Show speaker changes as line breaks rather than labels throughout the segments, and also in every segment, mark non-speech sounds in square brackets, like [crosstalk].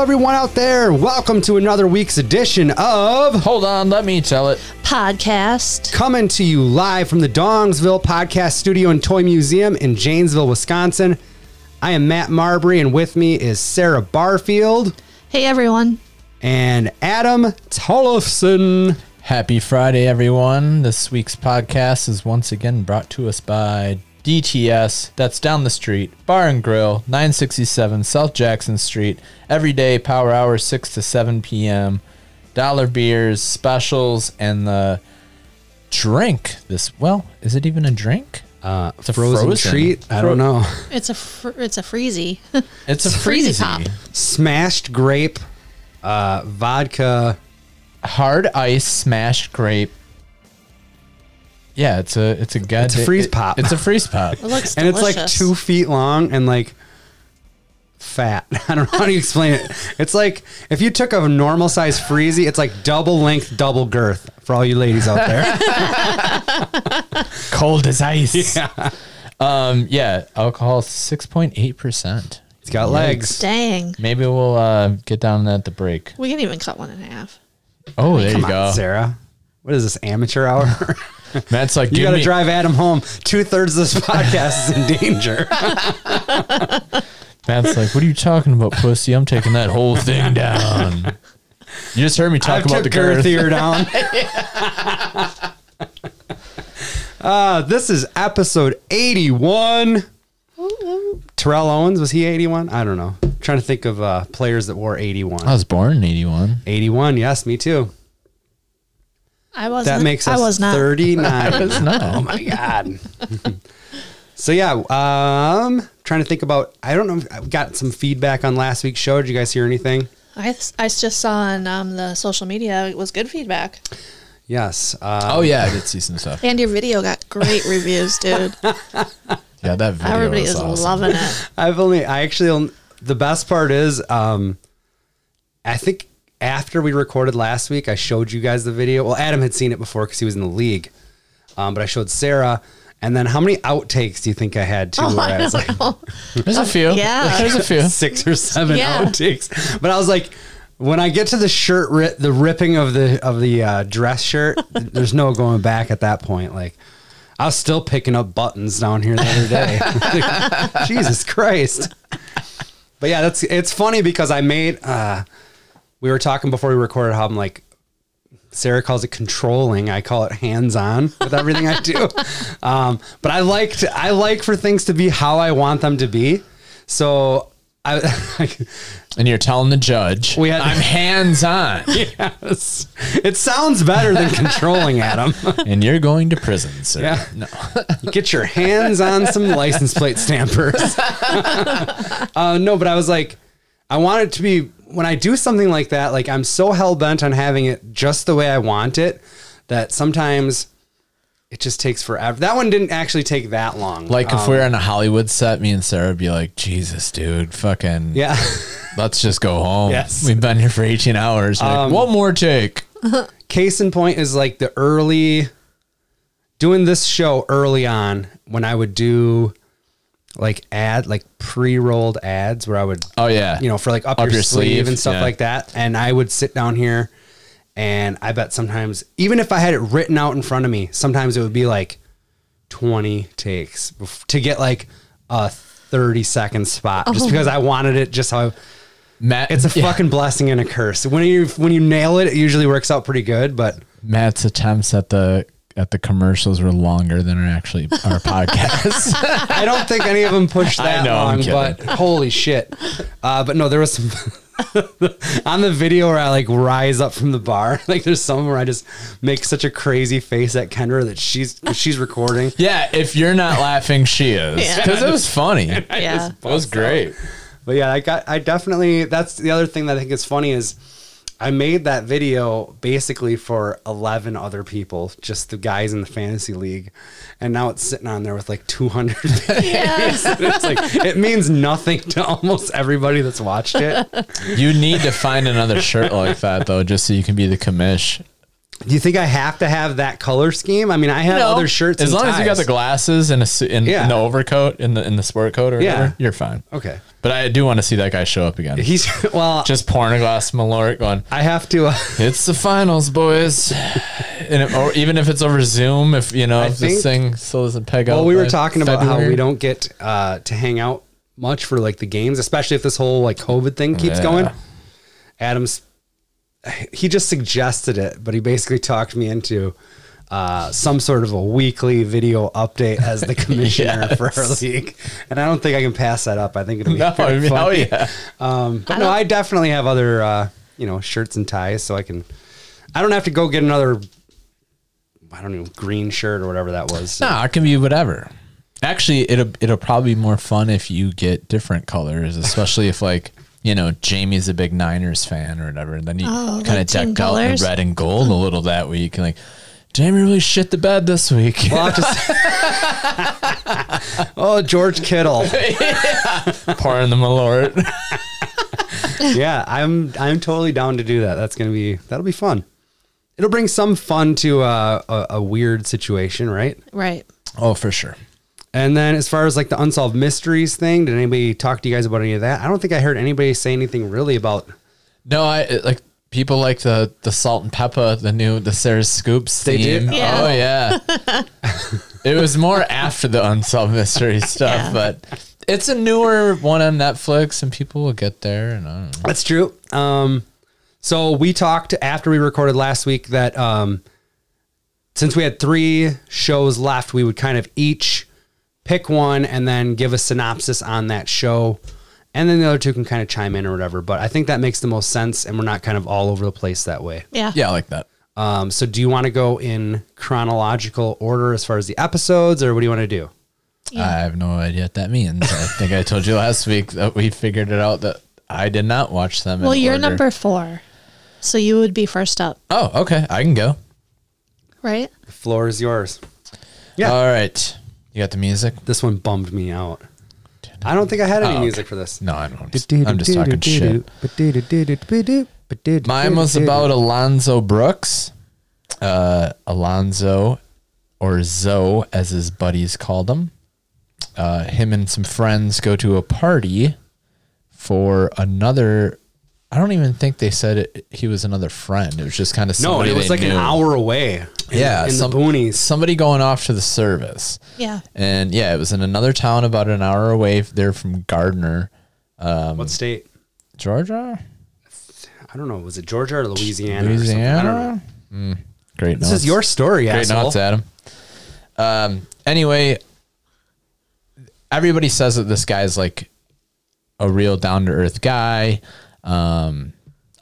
everyone out there. Welcome to another week's edition of
Hold on, let me tell it.
podcast.
coming to you live from the Dongsville Podcast Studio and Toy Museum in Janesville, Wisconsin. I am Matt Marbury, and with me is Sarah Barfield
Hey everyone.
and Adam Tollefson.
Happy Friday, everyone. This week's podcast is once again brought to us by DTS, that's down the street, Bar and Grill, 967 South Jackson Street, every day, power hours 6 to 7 p.m., dollar beers, specials, and the drink. This, well, is it even a drink?
Uh,
a
frozen,
frozen.
treat. I don't know.
It's a fr- it's a freezy. [laughs]
It's a
Freezy
freezy.
pop.
Smashed grape, uh, vodka.
Hard ice smashed grape. Yeah, it's a it's a goddamn
a freeze pop.
It's a freeze pop.
It looks
and it's
delicious.
like two feet long and like fat. [laughs] I don't know how to explain it. It's like if you took a normal size freezy, it's like double length, double girth for all you ladies out there.
cold as ice. [laughs] Yeah. Um, yeah, alcohol six point eight percent.
It's got legs.
Dang,
Maybe we'll uh, get down at the break.
we can even cut one in half.
Oh, there
Come
you
on,
go.
Sarah. What is this amateur hour? [laughs]
Matt's like,
you
give
got to
me,
drive Adam home. Two thirds of this [laughs] podcast is in danger.
Matt's like, what are you talking about, pussy? I'm taking that [laughs] whole thing down. You just heard me talk
I've
about
took
the girth.
girthier
[laughs]
down. uh, this is episode 81. Terrell Owens, was he 81? I don't know. I'm trying to think of uh, players that wore 81.
Uh,
I was born in '81.
81, yes, me too.
I was
That makes
I
us
was not. [laughs]
39.
It's not.
oh [laughs] my God. [laughs] so, yeah, um, trying to think about, I don't know, if I got some feedback on last week's show. Did you guys hear anything?
I, I just saw on um, the social media it was good feedback,
Yes. Uh,
Oh yeah, I did see some stuff.
and your video got
[laughs]
great reviews, dude.
Yeah, that video
Everybody
was
is
awesome.
loving
[laughs]
it.
I've only I actually on- the best part is um I think after we recorded last week I showed you guys the video. Well, Adam had seen it before cuz he was in the league. Um but I showed Sarah and then how many outtakes do you think I had
Oh,
too? where I was like
There's a few.
yeah.
there's a
[laughs]
few.
[laughs] six or seven
Yeah.
outtakes. But I was like when I get to the shirt ri- the ripping of the of the uh, dress shirt, [laughs] there's no going back at that point like I was still picking up buttons down here the other day. [laughs] Like, Jesus Christ. But yeah, that's it's funny because I made uh we were talking before we recorded how I'm like Sarah calls it controlling. I call it hands-on with everything I do. Um, but I like to, I like for things to be how I want them to be. So I [laughs]
And you're telling the judge,
We had-
I'm [laughs] hands on,
yes. It sounds better than controlling, Adam. [laughs]
and you're going to prison, sir.
Yeah.
No.
get your hands on some license plate stampers. [laughs] uh, no, but I was like, I want it to be when I do something like that. Like I'm so hell bent on having it just the way I want it that sometimes it just takes forever. That one didn't actually take that long.
Like if
Um,
we were on a Hollywood set, me and Sarah would be like, Jesus, dude, fucking,
yeah, [laughs]
let's just go home.
Yes. Um,
We've been here for 18 hours. Like, One more take.
case in point is like the early doing this show early on when I would do like ad like pre-rolled ads where I would
Oh, yeah.
you know, for like up, your, sleeve, and stuff
yeah.
like that. And I would sit down here and I bet sometimes, even if I had it written out in front of me, sometimes it would be like 20 takes bef- to get like a 30 second spot just because I wanted it just how
Matt,
it's a
yeah,
fucking blessing and a curse. When you, when you nail it, it usually works out pretty good, but
Matt's attempts at the, at the commercials were longer than are actually our [laughs] podcast.
I don't think any of them pushed that
I know, I'm
long, but holy shit. Uh, but no, there was some [laughs] on the video where I like rise up from the bar. [laughs] Like there's some where I just make such a crazy face at Kendra that she's she's recording.
yeah. If you're not laughing, she is.
Yeah.
Because it was
[laughs]
funny. It
[laughs] yeah,
was great.
But yeah, I got I definitely that's the other thing that I think is funny is I made that video basically for 11 other people, just the guys in the fantasy league. And now it's sitting on there with like 200
yeah.
it's like it means nothing to almost everybody that's watched it.
You need to find another shirt like that, though, just so you can be the commish.
Do you think I have to have that color scheme? I mean, I have
No.
other shirts.
As
and
long as you got the
ties.
glasses and a su- and,
Yeah.
and the overcoat and the in the sport coat or
Yeah.
whatever, you're fine.
Okay.
But I do want to see that guy show up again.
He's [laughs] well.
Just pouring a glass of Malort, going,
I have to. Uh,
"It's the finals, boys," [sighs] and it, or even if it's over Zoom, if you know
I
if
think-
this thing still doesn't peg up.
well, we were
by
talking about how
February.
we
[laughs]
don't get uh, to hang out much for like the games, especially if this whole like COVID thing keeps
Yeah.
going. Adams, he just suggested it, but he basically talked me into uh, some sort of a weekly video update as the commissioner for our league, and I don't think I can pass that up. I think it'll be
No,
very funny.
oh yeah,
Um, but
I
no,
don't-
I definitely have other, uh, you know, shirts and ties, so I can. I don't have to go get another. I don't know, green shirt or whatever that was.
no, it can be whatever. Actually, it'll it'll probably be more fun if you get different colors, especially if like you know Jamie's a big Niners fan or whatever, and then you
Oh,
kind of
like team
decked out in
colors?
red and gold a little that way. You can like, Jamie really shit the bed this week.
Well, I'll just- [laughs] oh, George Kittle.
[laughs] pouring the Malort.
Yeah, I'm I'm totally down to do that. That's gonna be that'll be fun. It'll bring some fun to uh, a, a weird situation, right?
Right.
oh, for sure.
And then as far as like the unsolved mysteries thing, did anybody talk to you guys about any of that? I don't think I heard anybody say anything really about.
No, I it- like people like the the salt and pepper, the new the Sarah Scoops
They do?
theme.
Yeah.
Oh yeah.
[laughs]
it was more after the unsolved mystery stuff,
Yeah.
but it's a newer one on Netflix, and people will get there. And I don't know.
That's true. Um, so we talked after we recorded last week that um, since we had three shows left, we would kind of each pick one and then give a synopsis on that show. And then the other two can kind of chime in or whatever. But I think that makes the most sense. And we're not kind of all over the place that way.
Yeah.
yeah, I like that.
Um, so do you want to go in chronological order as far as the episodes or what do you want to do?
I have no idea what that means. I think I told you last week that we figured it out that I did not watch them. in
Well, you're
order.
number four, so you would be first up,
Oh, okay, I can go.
right?
The floor is yours. Yeah.
All right, you got the music.
This one bummed me out. I don't think I had any
okay.
music for this.
No, I don't. I'm just talking shit.
shit.
Mine was about Alonzo Brooks. Uh, Alonzo, or Zoe, as his buddies called him. Uh, him and some friends go to a party for another. I don't even think they said it, he was another friend. It was just kind of
No,
somebody
it was
they
like an
knew.
hour away. In,
Yeah,
in
some-
the boonies.
Somebody going off to the service.
Yeah.
And yeah, it was in another town about an hour away there from Gardner,
what state?
Georgia,
I don't know. Was it Georgia or Louisiana? or something? I don't know.
Louisiana. Mm, great.
This
notes.
is your story,
Great
asshole.
notes, Adam. Um, anyway, everybody says that this guy's like a real down to earth guy, um,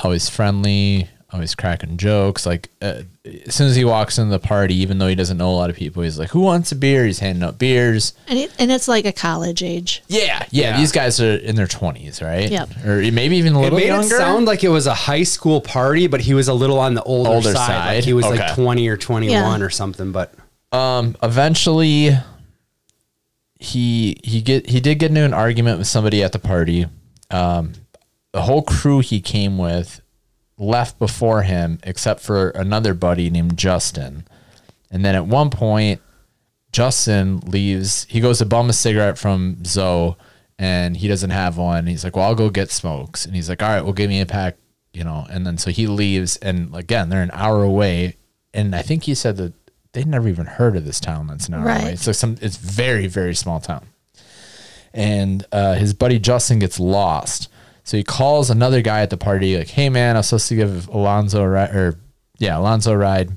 always friendly, always cracking jokes. Like, uh, as soon as he walks into the party, even though he doesn't know a lot of people, he's like, Who wants a beer? He's handing out beers.
And it, and it's like a college age.
Yeah, yeah.
Yeah.
These guys are in their 20s, right?
Yep.
Or maybe even a
It
little
made
younger.
it sound like it was a high school party, but he was a little on the older,
Older
side. Like
side?
he was like
Okay.
20 or 21
Yeah.
or something, but
um eventually he he get he did get into an argument with somebody at the party um the whole crew he came with left before him except for another buddy named Justin and then at one point Justin leaves he goes to bum a cigarette from Zoe and he doesn't have one he's like well I'll go get smokes and he's like all right well give me a pack you know and then so he leaves and again they're an hour away and I think he said that they'd never even heard of this town that's an hour
Right.
away it's like some it's very very small town and uh, his buddy Justin gets lost. So he calls another guy at the party, like, "Hey man, I was supposed to give Alonzo a ride, or yeah, Alonzo a ride.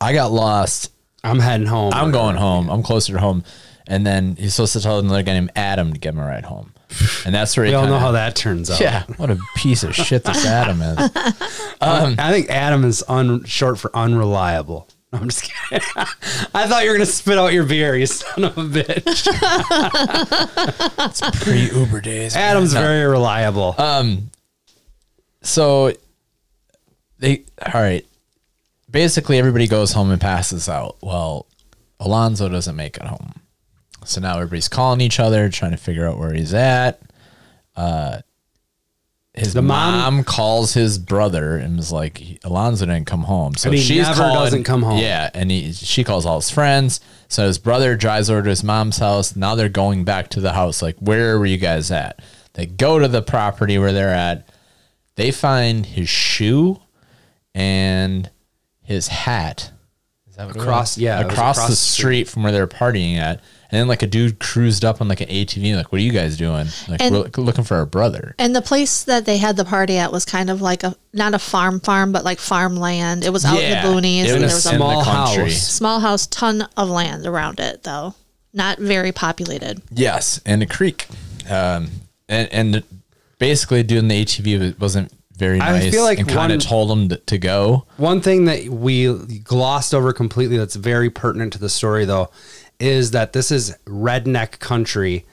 I got lost.
I'm heading home.
I'm going home. I'm closer to home." And then he's supposed to tell another guy named Adam to give him a ride home, and that's where he
We all know
kinda-
how that turns out.
[laughs] Yeah, what a piece of shit
[laughs]
this Adam is.
I think Adam is un- short for unreliable. No, I'm just kidding. [laughs] I thought you were going to spit out your beer, you son of a bitch.
Pre Uber days.
Adam's very reliable.
so they all right basically everybody goes home and passes out well alonzo doesn't make it home so now everybody's calling each other trying to figure out where he's at uh his
The
mom,
mom-
calls his brother and is like, Alonzo didn't come home. So
And he
she's
never
calling-
doesn't come home.
Yeah. And he, she calls all his friends. So his brother drives over to his mom's house. Now they're going back to the house. Like, where were you guys at? They go to the property where they're at. They find his shoe and his hat. Is that what it was?
Across- yeah, it was
across,
across
the
the
street from where they were partying at. And then like a dude cruised up on like an ATV, like, what are you guys doing? Like,
And-
we're look- looking for our brother.
And the place that they had the party at was kind of like a not a farm farm, but like farmland. It was out in the boonies,
It
and
was
there was
in the
a
small
country.
house.
small house, ton of land around it though, not very populated.
Yes, and a creek. Um, and, and basically doing the ATV wa- wasn't very
I
nice.
feel like
and kind
one-
of told him to, to go.
One thing that we glossed over completely that's very pertinent to the story, though, is that this is redneck country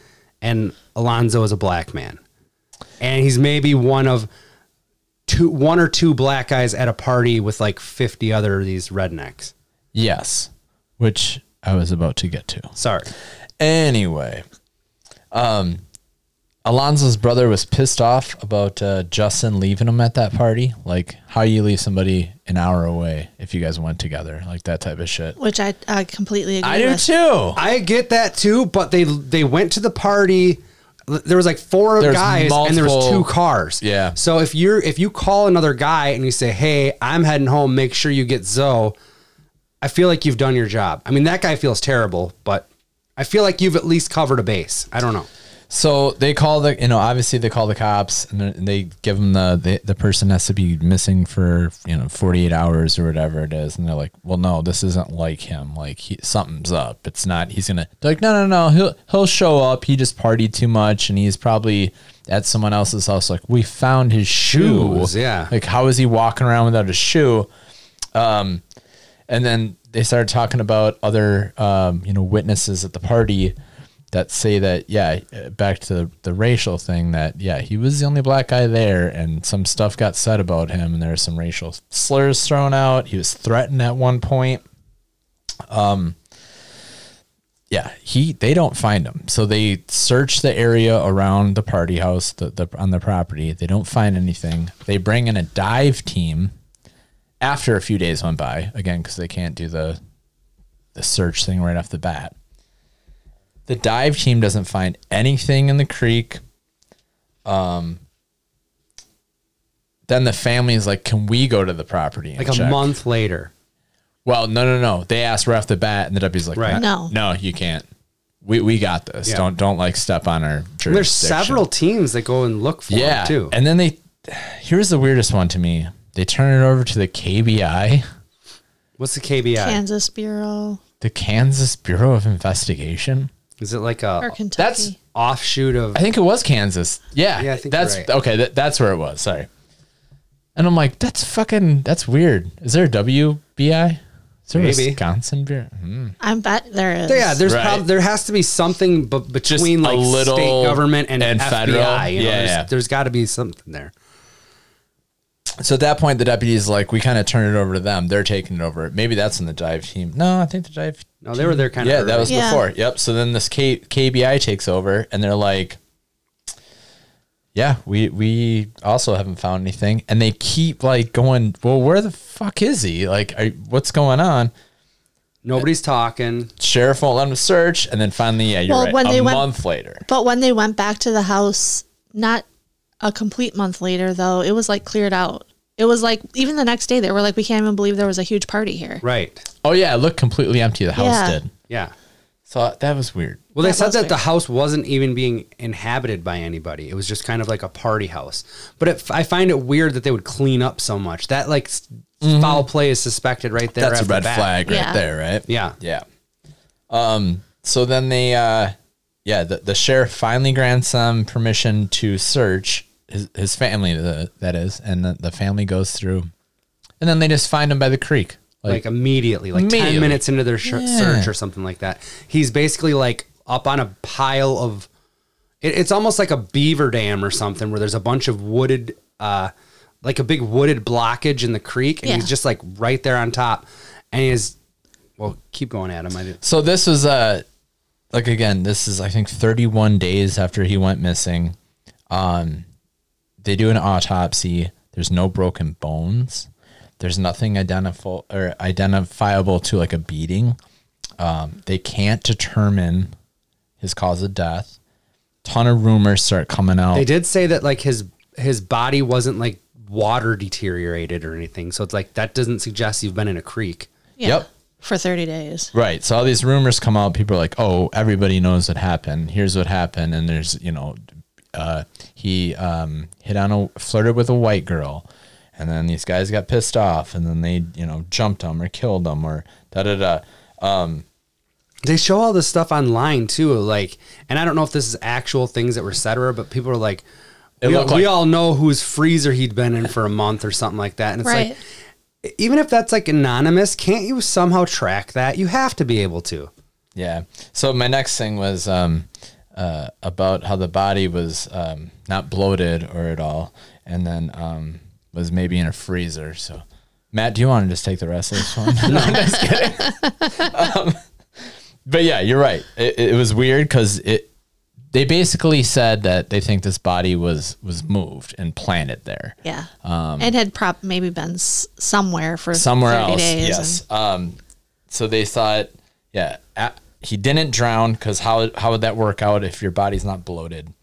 and Alonzo is a black man. And he's maybe one of two, one or two black guys at a party with like 50 other of these rednecks.
Yes, which I was about to get to.
Sorry.
Anyway, um, Alonzo's brother was pissed off about uh, Justin leaving him at that party. Like, how you leave somebody an hour away if you guys went together, like that type of shit.
Which I, I completely agree
I do
with.
too.
I get that too, but they they went to the party. There was like four
There's
guys and there was
multiple-
two cars.
Yeah.
So if you're if you call another guy and you say, "Hey, I'm heading home. Make sure you get Zoe," I feel like you've done your job. I mean, that guy feels terrible, but I feel like you've at least covered a base. I don't know.
So they call the, you know, obviously they call the cops and then they give them the, the, the person has to be missing for, you know, 48 hours or whatever it is. And they're like, well, no, this isn't like him. Like he, something's up. It's not, he's going to like, no, no, no, he'll, he'll show up. He just partied too much and he's probably at someone else's house. Like we found his shoe.
Shoes, yeah.
Like how is he walking around without a shoe? and then they started talking about other um, you know witnesses at the party that say that yeah uh, back to the, the racial thing that yeah he was the only black guy there and some stuff got said about him and there were some racial slurs thrown out he was threatened at one point um yeah he they don't find him so they search the area around the party house the, the on the property they don't find anything they bring in a dive team after a few days went by again because they can't do the the search thing right off the bat the dive team doesn't find anything in the creek um then the family is like can we go to the property and
Like a
check?"
month later,
well no no no they asked right off the bat and the w's like
Right.
no no
No.
you can't we, we got this
Yeah.
don't don't like step on our jurisdiction.
there's several teams that go and look for
yeah
him too.
and then they here's the weirdest one to me they turn it over to the kbi
What's the KBI?
Kansas Bureau
the Kansas Bureau of Investigation.
Is it like
or
a
Kentucky.
That's
offshoot of?
I think it was Kansas. Yeah,
Yeah, I think
that's
you're right.
okay. That, that's where it was. Sorry. And I'm like, that's fucking. That's weird. Is there a WBI? Is there a
Maybe.
Wisconsin Bureau? Hmm.
I bet there is.
yeah, there's
Right.
prob- there has to be something b-
Just
between
a
like
little-
state government and,
and
FBI.
federal.
You know,
Yeah,
there's,
yeah.
there's got to be something there.
So at that point, the deputy's like, we kind of turn it over to them. They're taking it over. Maybe that's in the dive team. No, I think the dive
No, they were there kind of.
yeah, that was
Yeah.
before. Yep. So then this K- KBI takes over, and they're like, "Yeah, we we also haven't found anything," and they keep like going, "Well, where the fuck is he? Like, are, what's going on?"
nobody's talking.
Sheriff won't let him search, and then finally, yeah, you're
Well,
right.
when
a
they went-
month later,
But when they went back to the house, not a complete month later though, it was like cleared out. It was like even the next day they were like, we can't even believe there was a huge party here.
Right.
oh yeah, it looked completely empty. The house
Yeah.
did.
Yeah.
So that was weird.
Well, they
That
said
was
that
weird.
the house wasn't even being inhabited by anybody. It was just kind of like a party house. But it, I find it weird that they would clean up so much. That like s foul play is suspected right there.
Mm-hmm. That's a
off the
red
bat.
flag right
Yeah.
there, right?
Yeah.
Yeah. Um, so then they, uh, yeah, the, the sheriff finally grants them permission to search his, his family, the, that is, and the, the family goes through. And then they just find him by the creek.
Like
Like,
immediately, like
Immediately.
ten minutes into their sh-
Yeah.
search or something like that. He's basically like up on a pile of. It, it's almost like a beaver dam or something where there's a bunch of wooded, uh, like a big wooded blockage in the creek, and
Yeah.
he's just like right there on top, and he's. Well, keep going, Adam. I didn't.
so this was, uh, like, again, this is, I think, 31 days after he went missing. Um, they do an autopsy. There's no broken bones. There's nothing identifiable or identifiable to like a beating. Um, they can't determine his cause of death. Ton of rumors start coming out.
They did say that like his his body wasn't like water deteriorated or anything. So it's like that doesn't suggest you've been in a creek.
Yeah.
Yep.
For 30 days.
Right. So all these rumors come out. People are like, "Oh, everybody knows what happened. Here's what happened." And there's, you know, uh, he um, hit on a flirted with a white girl, and then these guys got pissed off, and then they, you know, jumped him or killed him or da da da.
They show all this stuff online too, like, and I don't know if this is actual things that were said or, but people are like,
It
we,
looked
we
like-
all know whose freezer he'd been in for a month or something like that, and it's
Right.
like, even if that's like anonymous, can't you somehow track that? You have to be able to.
Yeah. So my next thing was um, uh, about how the body was um, not bloated or at all, and then um, was maybe in a freezer. So, Matt, do you want to just take the rest of this one? [laughs] no, I'm just kidding. Um, but yeah, you're right. It, it was weird because it. They basically said that they think this body was was moved and planted there
Yeah. and had prop maybe been s- somewhere for
Um, somewhere
30
else.
days.
Yes. Um, so they thought, yeah, a he didn't drown because how how would that work out if your body's not bloated?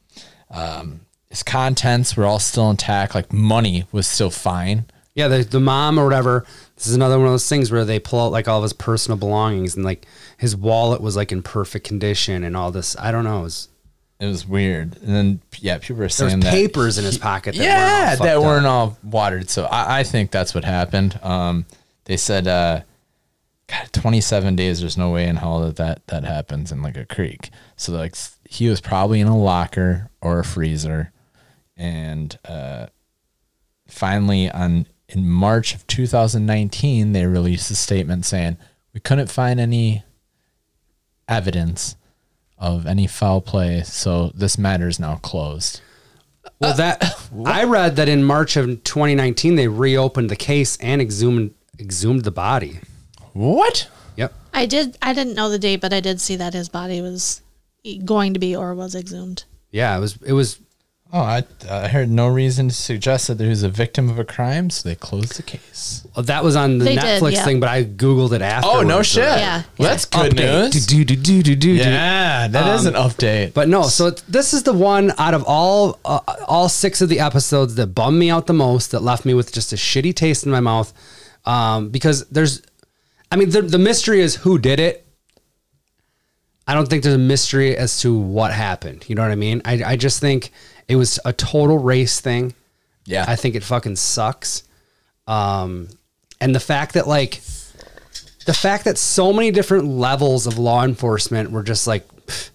Um, his contents were all still intact. Like money was still fine.
Yeah, the, the mom or whatever. This is another one of those things where they pull out like all of his personal belongings and like his wallet was like in perfect condition and all this. I don't know. It was,
It was weird. And then yeah, people were
there was
saying that
papers in his pocket. That
yeah,
weren't all
that
fucked
weren't
up.
all watered. So I, I think that's what happened. Um, they said, uh, God, 27 days. There's no way in hell that that, that happens in like a creek. So like s- he was probably in a locker or a freezer, and uh, finally on in March of 2019 they released a statement saying we couldn't find any evidence of any foul play, so this matter is now closed.
Well, that I read that in March of 2019 they reopened the case and exhumed exhumed the body.
What?
Yep.
I did. I didn't know the date, but I did see that his body was e, going to be or was exhumed.
Yeah, it was it was
Oh, I, I heard no reason to suggest that he was a victim of a crime, so they closed the case.
well, that was on the
They did,
Netflix
yeah.
thing, but I googled it after.
Yeah.
Well, that's good news.
Do do do do do do.
Yeah, that is an update.
Um, But no, so it's- this is the one out of all uh, all six of the episodes that bummed me out the most, that left me with just a shitty taste in my mouth, um, because there's, I mean, the, the mystery is who did it. I don't think there's a mystery as to what happened. You know what I mean? I I just think it was a total race thing.
yeah,
I think it fucking sucks. Um, and the fact that like the fact that so many different levels of law enforcement were just like pff,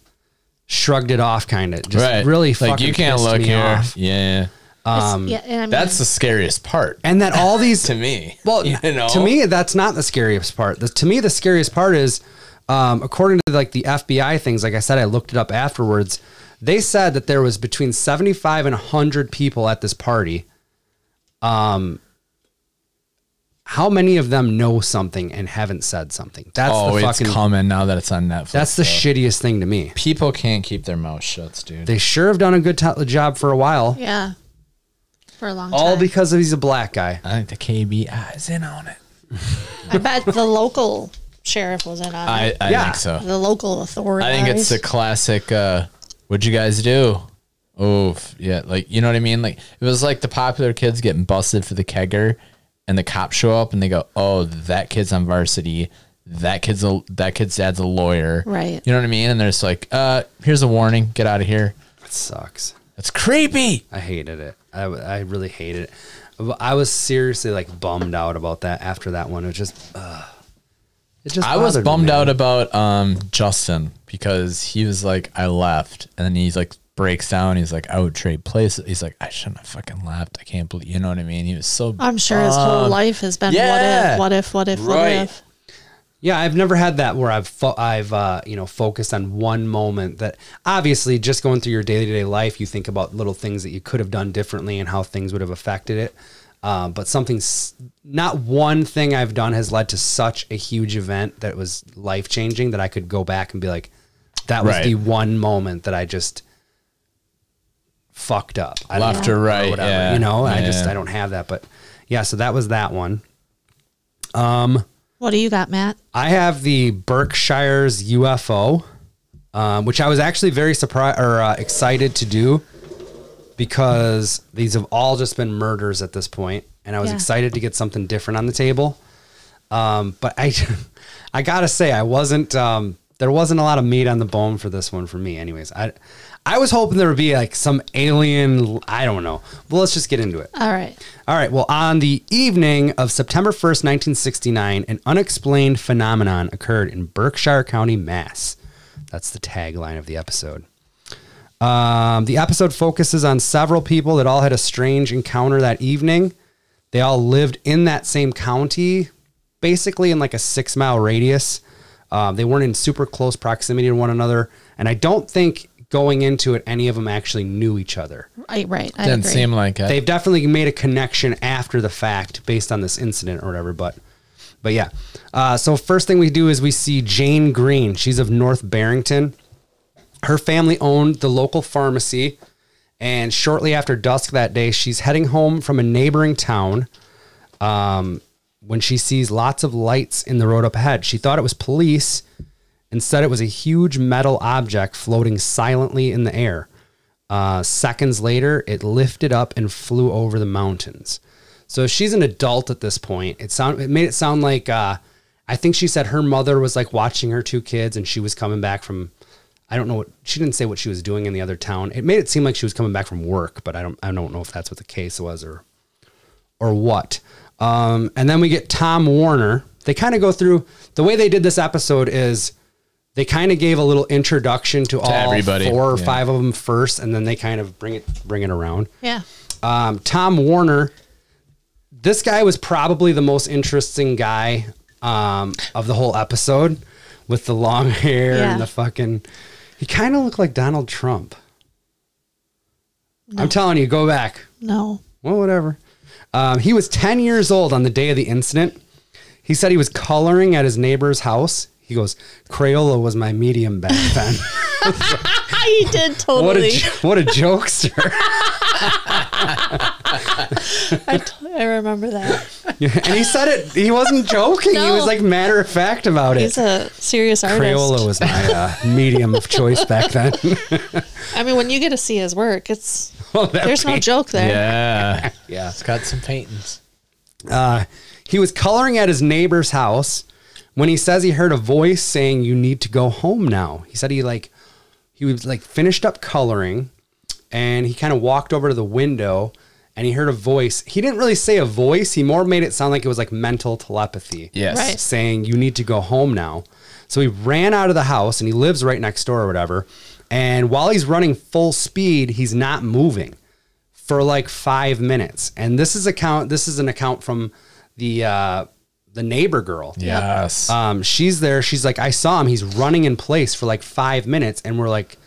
shrugged it off, kind of just really
like
fucking
you can't
pissed
look
me
here.
off.
Yeah,
Um, yeah, and I mean,
that's the scariest part
And that
[laughs]
all these
to me.
Well,
[laughs] you know,
to me, that's not the scariest part. The, to me, the scariest part is, um, according to like the FBI things. Like I said, I looked it up afterwards. They said that there was between seventy-five and hundred people at this party. Um, how many of them know something and haven't said something? That's
oh,
the
it's
fucking.
coming now that it's on Netflix.
that's the shittiest thing to me.
people can't keep their mouths shut, dude.
They sure have done a good t- job for a while,
yeah, for a long time.
all because of he's a black guy.
I think the KBI is in on it.
I bet the local sheriff was in on it.
I, I
Yeah.
think so.
The local authority.
I think it's the classic. Uh, What'd you guys do? Oh, f- yeah, like you know what I mean. Like it was like the popular kids getting busted for the kegger, and the cops show up and they go, "Oh, that kid's on varsity. That kid's a that kid's dad's a lawyer."
Right.
You know what I mean? And they're just like, "Uh, here's a warning. Get out of here."
It sucks.
That's creepy.
I hated it. I, w- I really hated it. I was seriously like bummed out about that after that one. It was just, uh, it just.
I was
bothered me,
bummed
man.
out about um Justin because he was like, I left, and then he's like breaks down. He's like, I would trade places. He's like, I shouldn't have fucking left. I can't believe. You know what I mean? He was so.
I'm sure his whole life has
Ah,
been
yeah.
what if, what if, what if,
Right.
what if.
Yeah, I've never had that where I've fo- I've uh, you know focused on one moment that obviously just going through your day to day life, you think about little things that you could have done differently and how things would have affected it. Uh, but something, s- not one thing I've done has led to such a huge event that was life changing that I could go back and be like, that was
Right.
the one moment that I just fucked up. I don't
Left
know,
or right,
whatever.
yeah.
You know, and I
Yeah,
just
yeah.
I don't have that. But yeah, so that was that one.
What do you got, Matt?
I have the Berkshire's UFO, um, which I was actually very surprised or uh, excited to do because these have all just been murders at this point, and I was
Yeah.
excited to get something different on the table. Um, but I, [laughs] I gotta say, I wasn't. Um, there wasn't a lot of meat on the bone for this one for me, anyways. I, I was hoping there would be like some alien. I don't know. Well, let's just get into it.
All right.
All right. Well, on the evening of September 1st, 1969, an unexplained phenomenon occurred in Berkshire County, Mass. That's the tagline of the episode. Um, the episode focuses on several people that all had a strange encounter that evening. They all lived in that same county, basically in like a six mile radius. Um, they weren't in super close proximity to one another. And I don't think going into it, any of them actually knew each other
I, right. I
Didn't
agree.
seem like it.
they've definitely made a connection after the fact based on this incident or whatever but but yeah uh, so first thing we do is we see jane green she's of north barrington her family owned the local pharmacy and shortly after dusk that day she's heading home from a neighboring town um, when she sees lots of lights in the road up ahead she thought it was police Instead, it was a huge metal object floating silently in the air. Uh, seconds later, it lifted up and flew over the mountains. So she's an adult at this point. It sound it made it sound like uh, I think she said her mother was like watching her two kids, and she was coming back from I don't know what she didn't say what she was doing in the other town. It made it seem like she was coming back from work, but I don't I don't know if that's what the case was or or what. Um, and then we get Tom Warner. They kind of go through the way they did this episode is they kind of gave a little introduction to, all
everybody,
four or
yeah.
five of them first, and then they kind of bring it bring it around.
Yeah.
Um, Tom Warner. This guy was probably the most interesting guy um, of the whole episode, with the long [laughs] hair
Yeah.
and the fucking. He kind of looked like Donald Trump. I'm telling you, go back
No.
well, whatever. Um, he was 10 years old on the day of the incident. He said he was coloring at his neighbor's house. He goes, Crayola was my medium back
[laughs]
then.
he did
what, a,
totally.
jo- what a jokester. [laughs]
I, t- I remember that.
and he said it, he wasn't joking. He was
No.
like matter of fact about
He's
it.
a serious artist.
Crayola was my uh, medium of choice back then. [laughs]
I mean, when you get to see his work, it's
Oh, that
there's no
paint.
joke
[laughs]
there.
yeah.
Yeah.
It's got some paintings.
He was coloring at his neighbor's house when he says he heard a voice saying, "You need to go home now." He said he like he was like finished up coloring, and he kind of walked over to the window, and he heard a voice. He didn't really say a voice. He more made it sound like it was like mental telepathy.
Yes.
Right.
saying, "You need to go home now." So he ran out of the house, and he lives right next door or whatever. And while he's running full speed, he's not moving for like five minutes. And this is account. This is an account from the uh, the neighbor girl.
Yes.
Um, she's there. She's like, I saw him. He's running in place for like five minutes, and we're like,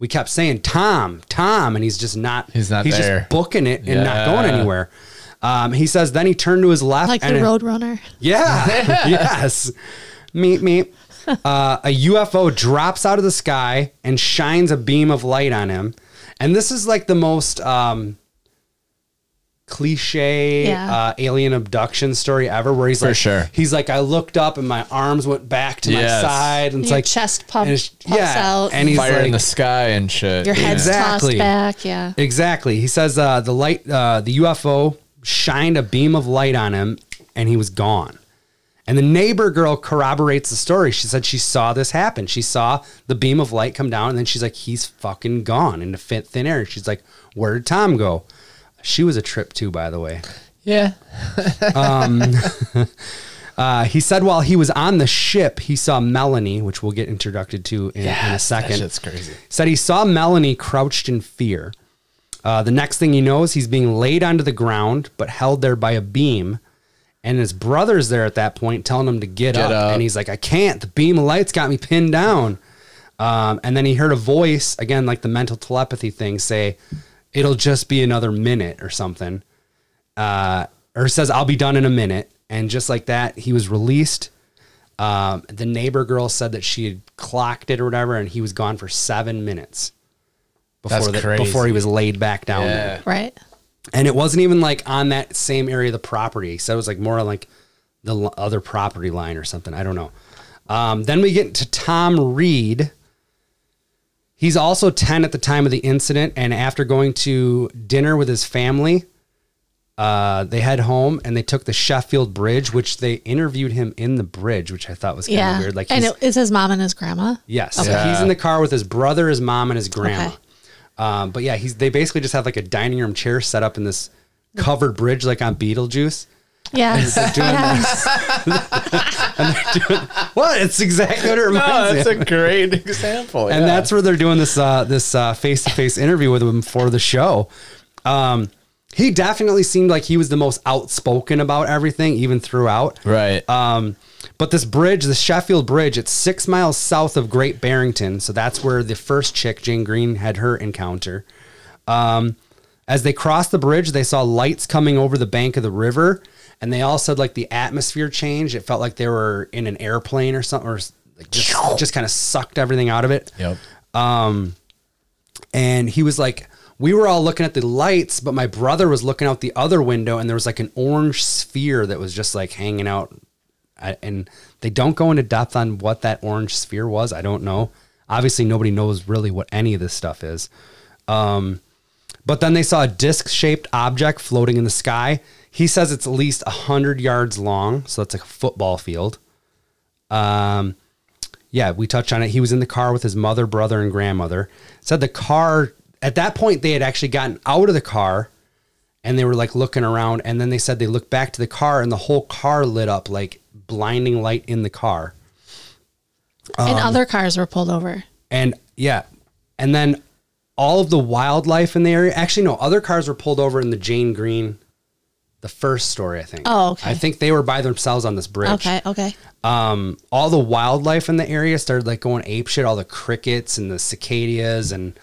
we kept saying Tom, Tom, and he's just not.
He's not
He's
there.
just booking it and not
Yeah.
going anywhere. Um, he says. Then he turned to his left,
Like the
and it-
Roadrunner.
[laughs]
yeah. yes. Meet me. Uh, a UFO drops out of the sky and shines a beam of light on him. And this is like the most um, cliche
Yeah.
uh, alien abduction story ever, where he's like,
sure.
he's like, I looked up and my arms went back to
Yes.
my side, and it's
Your
like
chest pump-
and it's-
pops out.
and he's
Fire
like,
in the sky and shit.
Your head's
Exactly.
tossed back. Yeah.
Exactly. He says uh, the light, uh, the UFO shined a beam of light on him, and he was gone. And the neighbor girl corroborates the story. She said she saw this happen. She saw the beam of light come down, and then she's like, "He's fucking gone into thin thin air." She's like, "Where did Tom go?" She was a trip too, by the way.
Yeah.
Uh, he said while he was on the ship, he saw Melanie, which we'll get introducted to in, in a second.
That's crazy. [laughs]
said he saw Melanie crouched in fear. Uh, the next thing he knows, he's being laid onto the ground, but held there by a beam. And his brother's there at that point, telling him to get,
Get
up.
up.
And he's like, "I can't. The beam of light's got me pinned down." Um, and then he heard a voice again, like the mental telepathy thing, say, "It'll just be another minute or something," uh, or says, "I'll be done in a minute." And just like that, he was released. Um, the neighbor girl said that she had clocked it or whatever, and he was gone for seven minutes before
That's
the-
crazy.
before he was laid back down there.
Right.
And it wasn't even like on that same area of the property. So it was like more on, like the l- other property line or something. I don't know. Um, then we get to Tom Reed. He's also 10 at the time of the incident. And after going to dinner with his family, uh, they head home and they took the Sheffield Bridge, which they interviewed him in the bridge, which I thought was kind of
Yeah.
weird. Like
and
he's-
it, it's his mom and his grandma.
Yes.
Okay.
He's in the car with his brother, his mom, and his grandma.
Okay.
Um, but yeah, he's they basically just have like a dining room chair set up in this covered bridge, like on Beetlejuice.
Yeah. [laughs]
[laughs]
Yes.
What? It's exactly what it reminds
No,
me.
Oh, that's
of.
a great example.
and that's where they're doing this uh, this uh, face-to-face interview with him for the show. Um, he definitely seemed like he was the most outspoken about everything, even throughout.
right. Uh,
Um, but this bridge, the Sheffield Bridge, it's six miles south of Great Barrington. So that's where the first chick, Jane Green, had her encounter. Um, as they crossed the bridge, they saw lights coming over the bank of the river. And they all said, like, the atmosphere changed. It felt like they were in an airplane or something, or like just, just kind of sucked everything out of it
yep.
and he was like we were all looking at the lights but my brother was looking out the other window and there was like an orange sphere that was just like hanging out I, and they don't go into depth on what that orange sphere was i don't know obviously nobody knows really what any of this stuff is Um, but then they saw a disc shaped object floating in the sky. He says it's at least 100 yards long. So that's like a football field. Um, yeah, we touched on it. He was in the car with his mother, brother, and grandmother. Said the car, at that point, they had actually gotten out of the car and they were like looking around. And then they said they looked back to the car and the whole car lit up like blinding light in the car.
and
um,
other cars were pulled over.
And yeah. And then all of the wildlife in the area. Actually, no, other cars were pulled over in the Jane Green, the first story, I think.
Oh, okay.
I think they were by themselves on this bridge.
Okay. Okay.
Um, all the wildlife in the area started like going ape shit, all the crickets and the cicadas and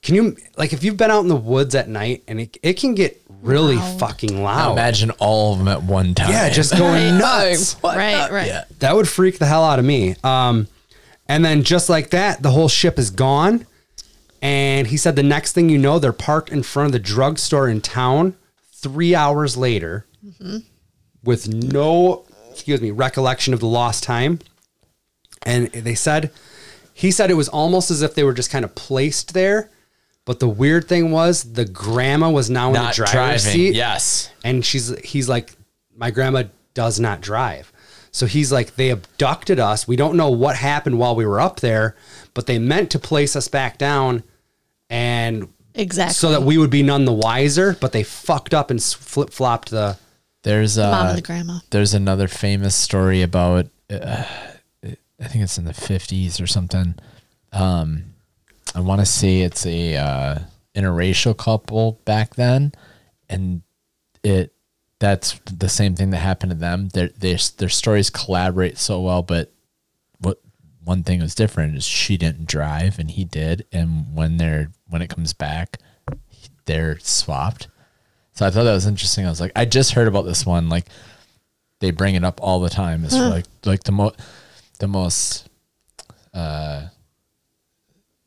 can you like if you've been out in the woods at night and it, it can get really fucking loud.
Imagine all of them at one time.
Yeah, just going nuts.
[laughs] Right. Right.
Yeah.
That would freak the hell out of me. Um, and then just like that, the whole ship is gone. And he said the next thing you know, they're parked in front of the drugstore in town three hours later
Mm-hmm.
with no, excuse me, recollection of the lost time. And they said, he said it was almost as if they were just kind of placed there. But the weird thing was the grandma was now in the
Not
driver's
driving.
seat
Yes.
and she's he's like my grandma does not drive so he's like they abducted us we don't know what happened while we were up there but they meant to place us back down and
Exactly.
so that we would be none the wiser but they fucked up and flip-flopped the
There's uh,
mom and the grandma.
there's another famous story about uh, I think it's in the 50s or something. Um, I want to say it's a uh, interracial couple back then, and it that's the same thing that happened to them. Their their, their stories collaborate so well, but what one thing was different is she didn't drive and he did, and when they're when it comes back, they're swapped. So I thought that was interesting. I was like, I just heard about this one. Like they bring it up all the time. It's like like the most the most uh,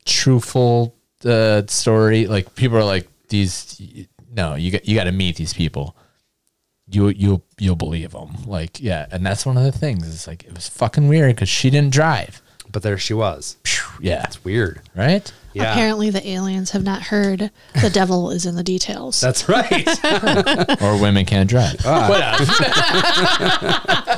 truthful uh, story. Like people are like these. No, you got you got to meet these people. You you you'll believe them. Like yeah, and that's one of the things. It's like it was fucking weird because she didn't drive.
but there she was
Phew, Yeah,
it's weird
right.
yeah
Apparently, the aliens have not heard the devil is in the details.
that's [laughs] right
or women can't drive.
[laughs]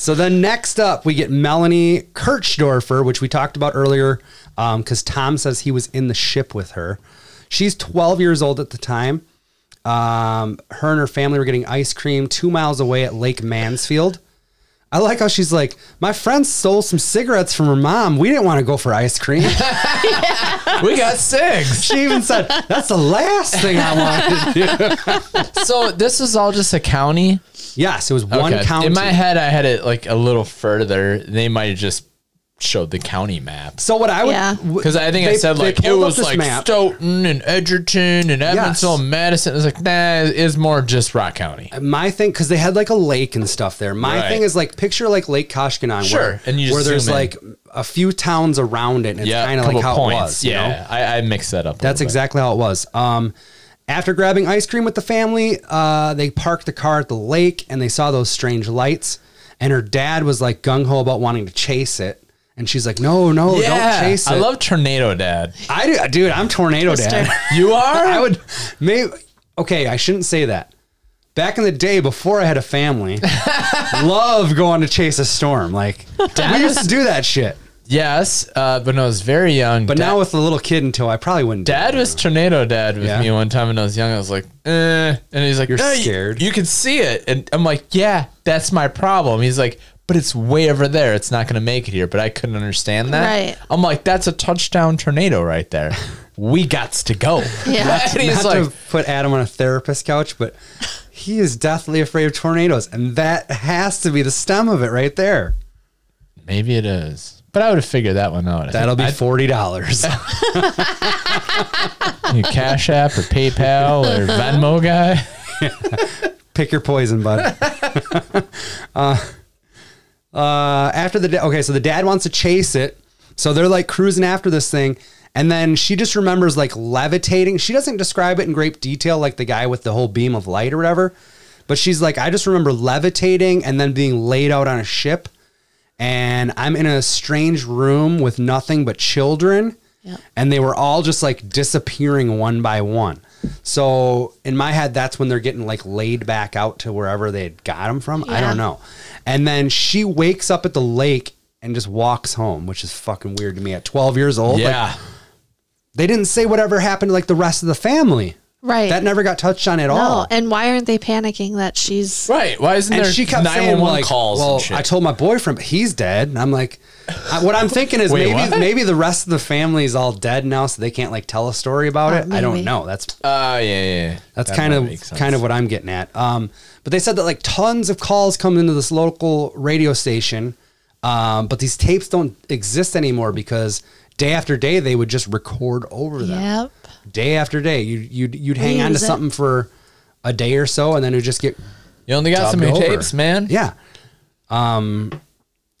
So then next up, we get Melanie Kirchdorfer, which we talked about earlier, because Tom says he was in the ship with her. She's 12 years old at the time. Um, her and her family were getting ice cream two miles away at Lake Mansfield. I like how she's like, my friend stole some cigarettes from her mom. We didn't want to go for ice cream.
[laughs]
[laughs]
we got six.
she even said, that's the last thing I wanted to do.
So this is all just a county.
Yes, it was one
Okay.
county.
In my head, I had it like a little further. They might have just showed the county map.
So what I would
Yeah.
Because I think I
they-
said
they
like it
pulled up
was
this
like Stoughton and Edgerton and Evansville, and Madison. It's like nah, it's more just Rock County.
My thing, because they had like a lake and stuff there. My
Right.
thing is like picture like Lake Koshkonong,
Sure,
where,
and you just
where there's
zoom in.
like a few towns around it, and it's
Yeah,
kind of
couple
like how it
points.
was. you
Yeah,
know?
I, I mixed that up. a
That's
little bit.
exactly how it was. Um, after grabbing ice cream with the family, uh, they parked the car at the lake and they saw those strange lights. And her dad was like gung ho about wanting to chase it, and she's like, "No, no,
Yeah,
don't chase it."
I love Tornado Dad.
I do, dude. I'm tornado dad.
You
[laughs]
are.
I would maybe okay, I shouldn't say that. Back in the day before I had a
[laughs]
family, love going to chase a storm. Like we used to do that shit.
Yes, uh, but when I was very young.
But
dad,
now with the little kid until I probably wouldn't do
dad
it.
was tornado dad with
Yeah.
me one time when I was young. I was like, eh. and he's like, "Eh, you-
scared."
You, can see it, and I'm like, yeah, that's my problem. He's like, but it's way over there. It's not gonna make it here. But I couldn't understand that.
Right.
I'm like, that's a touchdown tornado right there. we got to go.
[laughs] Yeah.
[laughs] and
Not
he's like,
to put Adam on a therapist couch, but he is deathly afraid of tornadoes, and that has to be the stem of it right there.
maybe it is. But I would have figured that one out. I
That'll be
think
forty
[laughs]
dollars.
I'd- you Cash App or PayPal [laughs] or Venmo guy.
Pick your poison, bud. uh, uh, after the da- okay, so the dad wants to chase it, so they're like cruising after this thing, and then she just remembers like levitating. She doesn't describe it in great detail, like the guy with the whole beam of light or whatever. But she's like, I just remember levitating and then being laid out on a ship, and I'm in a strange room with nothing but children
Yeah.
and they were all just like disappearing one by one. So in my head, that's when they're getting like laid back out to wherever they had got them from. I
Yeah.
don't know. And then she wakes up at the lake and just walks home, which is fucking weird to me at 12 years old. like,
Yeah.
they didn't say whatever happened to like the rest of the family.
[laughs] Right.
That never got touched on at
no,
all.
and why aren't they panicking that she's
Right. Why isn't
And
there
she kept saying,
911
like,
calls
well,
and shit?
I told my boyfriend, but he's dead. And I'm like, I, what I'm thinking is
[laughs] Wait,
maybe
what?
maybe the rest of the family is all dead now, so they can't like tell a story about
Oh,
it. I don't
maybe.
know. That's
Oh, yeah, yeah, yeah.
That's
That
kind
might
of
make sense.
kind of what I'm getting at. Um, but they said that like tons of calls come into this local radio station, um, but these tapes don't exist anymore because day after day they would just record over them.
Yep.
Day after day, you you'd you'd hang on to
Reuse it.
something for a day or so, and then it would just get
You only got so
dubbed
many
over.
tapes, man.
Yeah. Um.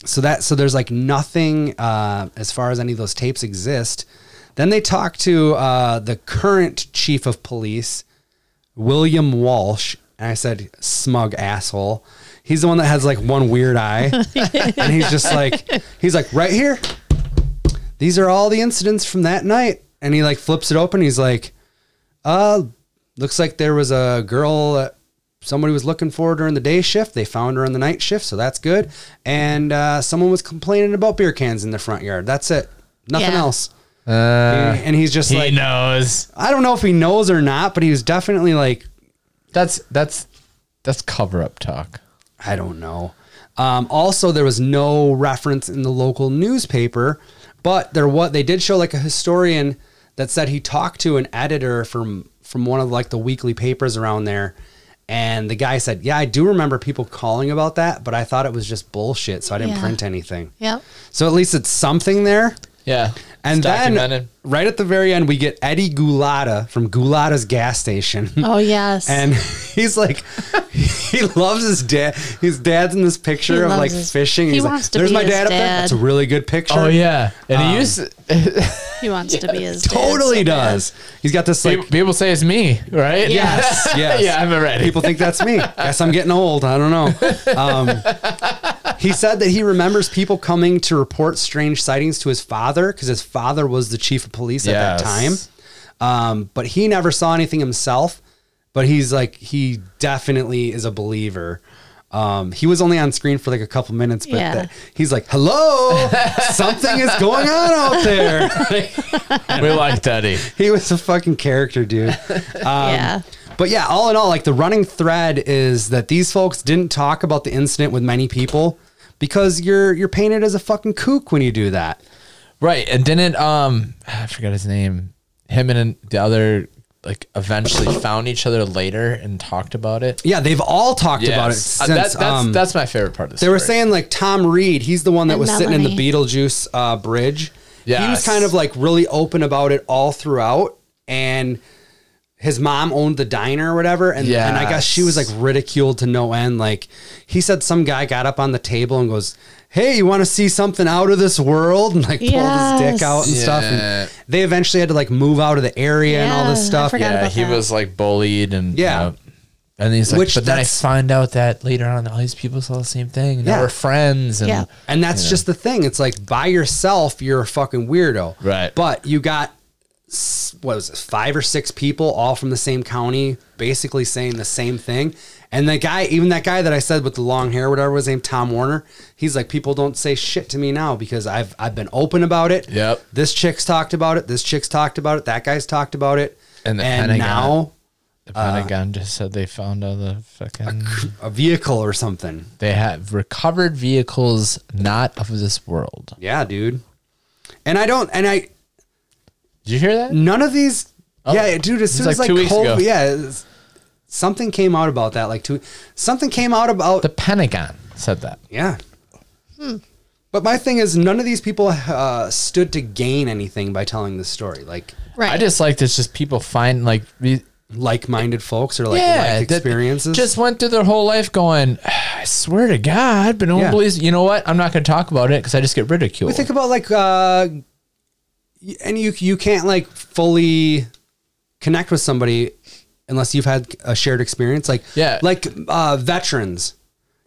So that so there's like nothing uh, as far as any of those tapes exist. Then they talk to uh, the current chief of police, William Walsh, and I said, "Smug asshole." He's the one that has like one weird eye, and he's just like, he's like, right here. These are all the incidents from that night, and he like flips it open. He's like, uh, looks like there was a girl that somebody was looking for during the day shift. They found her on the night shift, so that's good. And uh, someone was complaining about beer cans in the front yard. That's it. Nothing
Yeah.
else.
Uh,
And he's just
he
like,
knows.
I don't know if he knows or not, but he was definitely like,
That's that's that's cover up talk.
I don't know. Um, also, there was no reference in the local newspaper, but there what they did show like a historian that said he talked to an editor from from one of like the weekly papers around there, and the guy said, "Yeah, I do remember people calling about that, but I thought it was just bullshit, so I didn't
Yeah.
print anything."
Yep.
So at least it's something there.
Yeah.
And
It's
then
documented.
right at the very end, we get Eddie Gulata from Gulata's gas station. [laughs]
Oh yes.
and [laughs] he's like he loves his dad his dad's in this picture
He
of
loves
like
his-
fishing
he
he's like,
wants to
there's
be
my
his
dad, up there
dad.
that's a really good picture
Oh yeah. And he used
he wants to
[laughs]
be his dad
totally
so bad.
does he's got this
people,
like
people say it's me, right? [laughs]
Yeah.
yes yes
yeah, I'm ready.
people think that's me guess i'm getting old i don't know um, he said that he remembers people coming to report strange sightings to his father because his father was the chief of police at that time
Yes.
um, but he never saw anything himself. But he's like he definitely is a believer. Um, he was only on screen for like a couple minutes, but
Yeah.
that- he's like, "Hello, something is going on out there."
[laughs] we liked Eddie.
he was a fucking character, dude.
yeah.
But yeah, all in all, like the running thread is that these folks didn't talk about the incident with many people because you're you're painted as a fucking kook when you do that.
[sighs] Right. And didn't um I forgot his name. Him and the other like eventually found each other later and talked about it.
Yeah, they've all talked about it
Uh,
since.
that- that's,
um,
that's my favorite part of the
they were saying like Tom Reed, he's the one that
And
was sitting in the
Melanie.
Beetlejuice uh, bridge. He was
Yes.
kind of like really open about it all throughout, and his mom owned the diner or whatever. And, and I guess she was like
Yes.
ridiculed to no end. Like he said, some guy got up on the table and goes, "Hey, you want to see something out of this world?" [laughs] And like pulled his
Yes.
dick out and stuff.
Yeah.
And they eventually had to like move out of the area and all
Yeah,
this
I
stuff.
forgot
yeah,
about
he
that.
was like bullied and
Yeah.
uh, and he's like,
Which
but then I
that's-
find out that later on all these people saw the same thing. And
Yeah.
They were friends and
Yeah.
And that's just the thing. It's like by yourself, you're a fucking weirdo.
Right.
But you got s- what was it, five or six people all from the same county, basically saying the same thing. And the guy, even that guy that I said with the long hair, whatever was named Tom Warner, he's like, people don't say shit to me now because I've I've been open about it.
Yep.
This chick's talked about it. This chick's talked about it. That guy's talked about it.
And the
and
Pentagon.
now
the Pentagon just said they found all the fucking
Uh, a vehicle or something.
they have recovered vehicles not of this world.
Yeah, dude. And I don't. And I
Did you hear that?
None of these. Yeah, dude. As
It's
soon
Oh. like
as like
two weeks
Col-
ago.
yeah, it's- something came out about that. Like two, something came out about
The Pentagon said that.
yeah. But my thing is, none of these people uh, stood to gain anything by telling this story. Like
Right.
I just liked it's just people find like we-
like-minded folks or like like
that
experiences.
Just went through their whole life going, [sighs] I swear to God, but no one
Yeah.
believes. You know what? I'm not going to talk about it because I just get ridiculed.
we think about like, uh, y- and you you can't like fully connect with somebody unless you've had a shared experience. Like
Yeah.
like uh, veterans.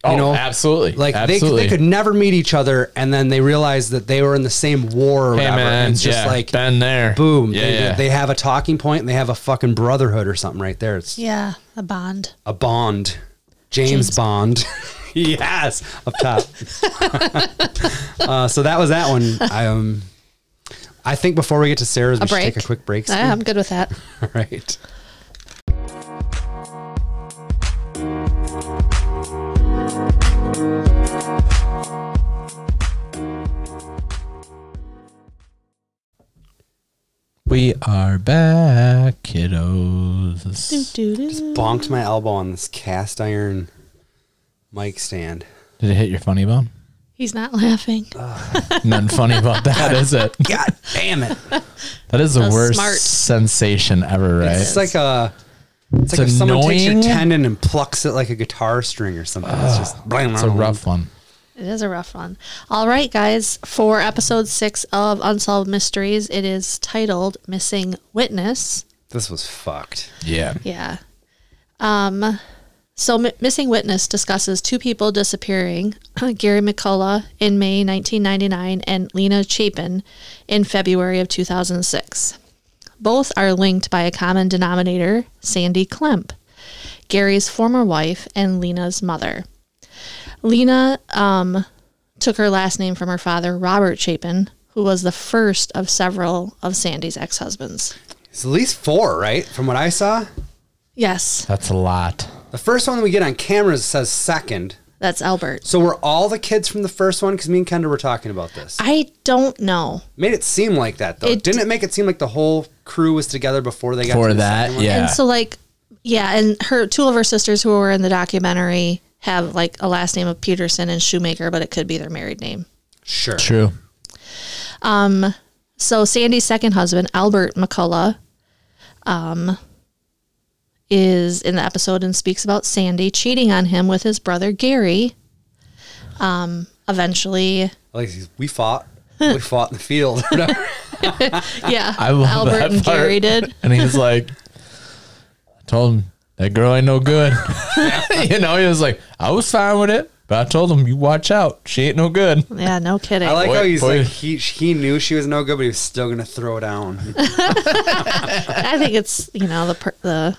oh,
you know,
absolutely.
Like they,
absolutely.
they could never meet each other, and then they realized that they were in the same war or
Hey,
whatever.
man,
and it's just
yeah,
like
been there.
boom,
Yeah,
they,
yeah.
they have a talking point and they have a fucking brotherhood or something right there. It's
yeah, a bond.
a bond, James,
James.
Bond. [laughs] yes, up top. [laughs] uh, so that was that one. I um, I think before we get to Sarah's, we
A
should
break.
take a quick break.
Yeah, I'm good with that.
[laughs] All right.
We are back, kiddos.
Doo-doo-doo.
Bonked my elbow on this cast iron mic stand.
Did it hit your funny bone?
He's not laughing.
Uh.
Nothing funny about that, is it?
God damn it.
That is the
That's
worst
smart.
sensation ever, right?
It's like a. It's,
It's
like if someone takes your
annoying.
tendon and plucks it like a guitar string or something. it's just
It's a rough one.
It is a rough one. All right, guys, for episode six of Unsolved Mysteries, it is titled Missing Witness.
This was fucked.
Yeah.
Yeah. Um, so, M- Missing Witness discusses two people disappearing [clears throat] Gary McCullough in May 1999 and Lena Chapin in February of 2006. Both are linked by a common denominator, Sandy Klemp, Gary's former wife and Lena's mother. Lena um, took her last name from her father, Robert Chapin, who was the first of several of Sandy's ex husbands.
It's at least four, right? From what I saw,
Yes,
That's a lot.
the first one that we get on camera says second.
that's Albert.
So were all the kids from the first one? Because me and Kendra were talking about this.
I don't know.
Made it seem like that though.
It-
Didn't it make it seem like the whole crew was together before they got
For
to the
that,
second one?
yeah.
And so like yeah, and her two of her sisters who were in the documentary have like a last name of Peterson and Shoemaker, but it could be their married name.
Sure.
True.
So Sandy's second husband, Albert McCullough, um is in the episode and speaks about Sandy cheating on him with his brother Gary. Um eventually
Like we fought. we fought in the field. [laughs] or whatever.
yeah,
I love
Albert
that
and
part. [laughs]
Gary did.
And he's like, I told him that girl ain't no good. [laughs] you know, he was like, I was fine with it, but I told him, you watch out. She ain't no good. [laughs]
Yeah, no kidding.
I like
Boy-
how he's
boy.
like he he knew she was no good, but he was still gonna throw down.
I think it's you know the per- the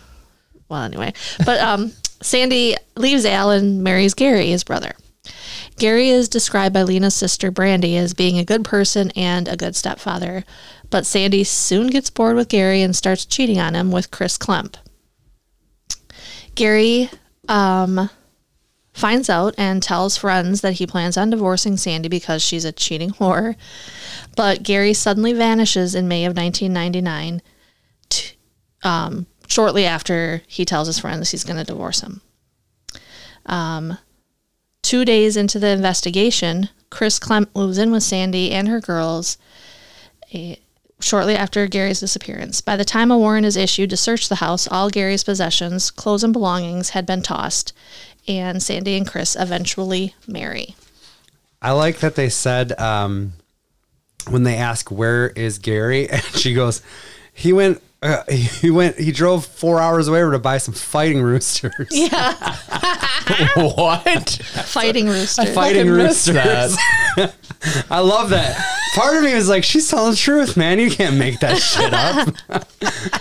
well anyway. But um, Sandy leaves Alan, marries Gary, his brother. Gary is described by Lena's sister Brandy as being a good person and a good stepfather, but Sandy soon gets bored with Gary and starts cheating on him with Chris Klemp. Gary um, finds out and tells friends that he plans on divorcing Sandy because she's a cheating whore, but Gary suddenly vanishes in May of 1999 um, shortly after he tells his friends he's going to divorce him. Um, two days into the investigation, Chris Clement moves in with Sandy and her girls eh, shortly after Gary's disappearance. By the time a warrant is issued to search the house, all Gary's possessions, clothes, and belongings had been tossed, and Sandy and Chris eventually marry.
I like that they said um, when they ask where is Gary, [laughs] and she goes, he went. Uh, he went. He drove four hours away to buy some fighting roosters.
Yeah,
what?
fighting rooster.
Fighting
Fucking missed
roosters. [laughs] I love that. Part of me was like, she's telling the truth, man. You can't make
[laughs]
that shit up.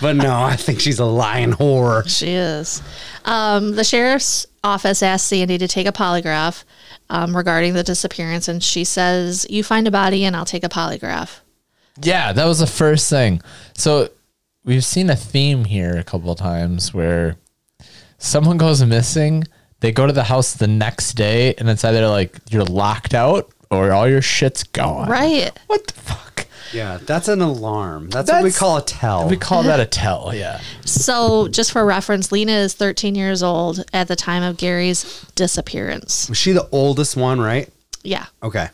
[laughs] but no, I think she's a lying whore.
She is. Um, the sheriff's office asked Sandy to take a polygraph um, regarding the disappearance, and she says, "You find a body, and I'll take a polygraph."
[laughs] Yeah, that was the first thing. So we've seen a theme here a couple of times where someone goes missing, they go to the house the next day, and it's either like you're locked out or all your shit's gone.
Right.
What the fuck?
Yeah, that's an alarm. That's, what we
That's-
call a tell.
We call that a tell, yeah.
So, just for reference, Lena is 13 years old at the time of Gary's disappearance.
was she the oldest one, right?
Yeah.
Okay.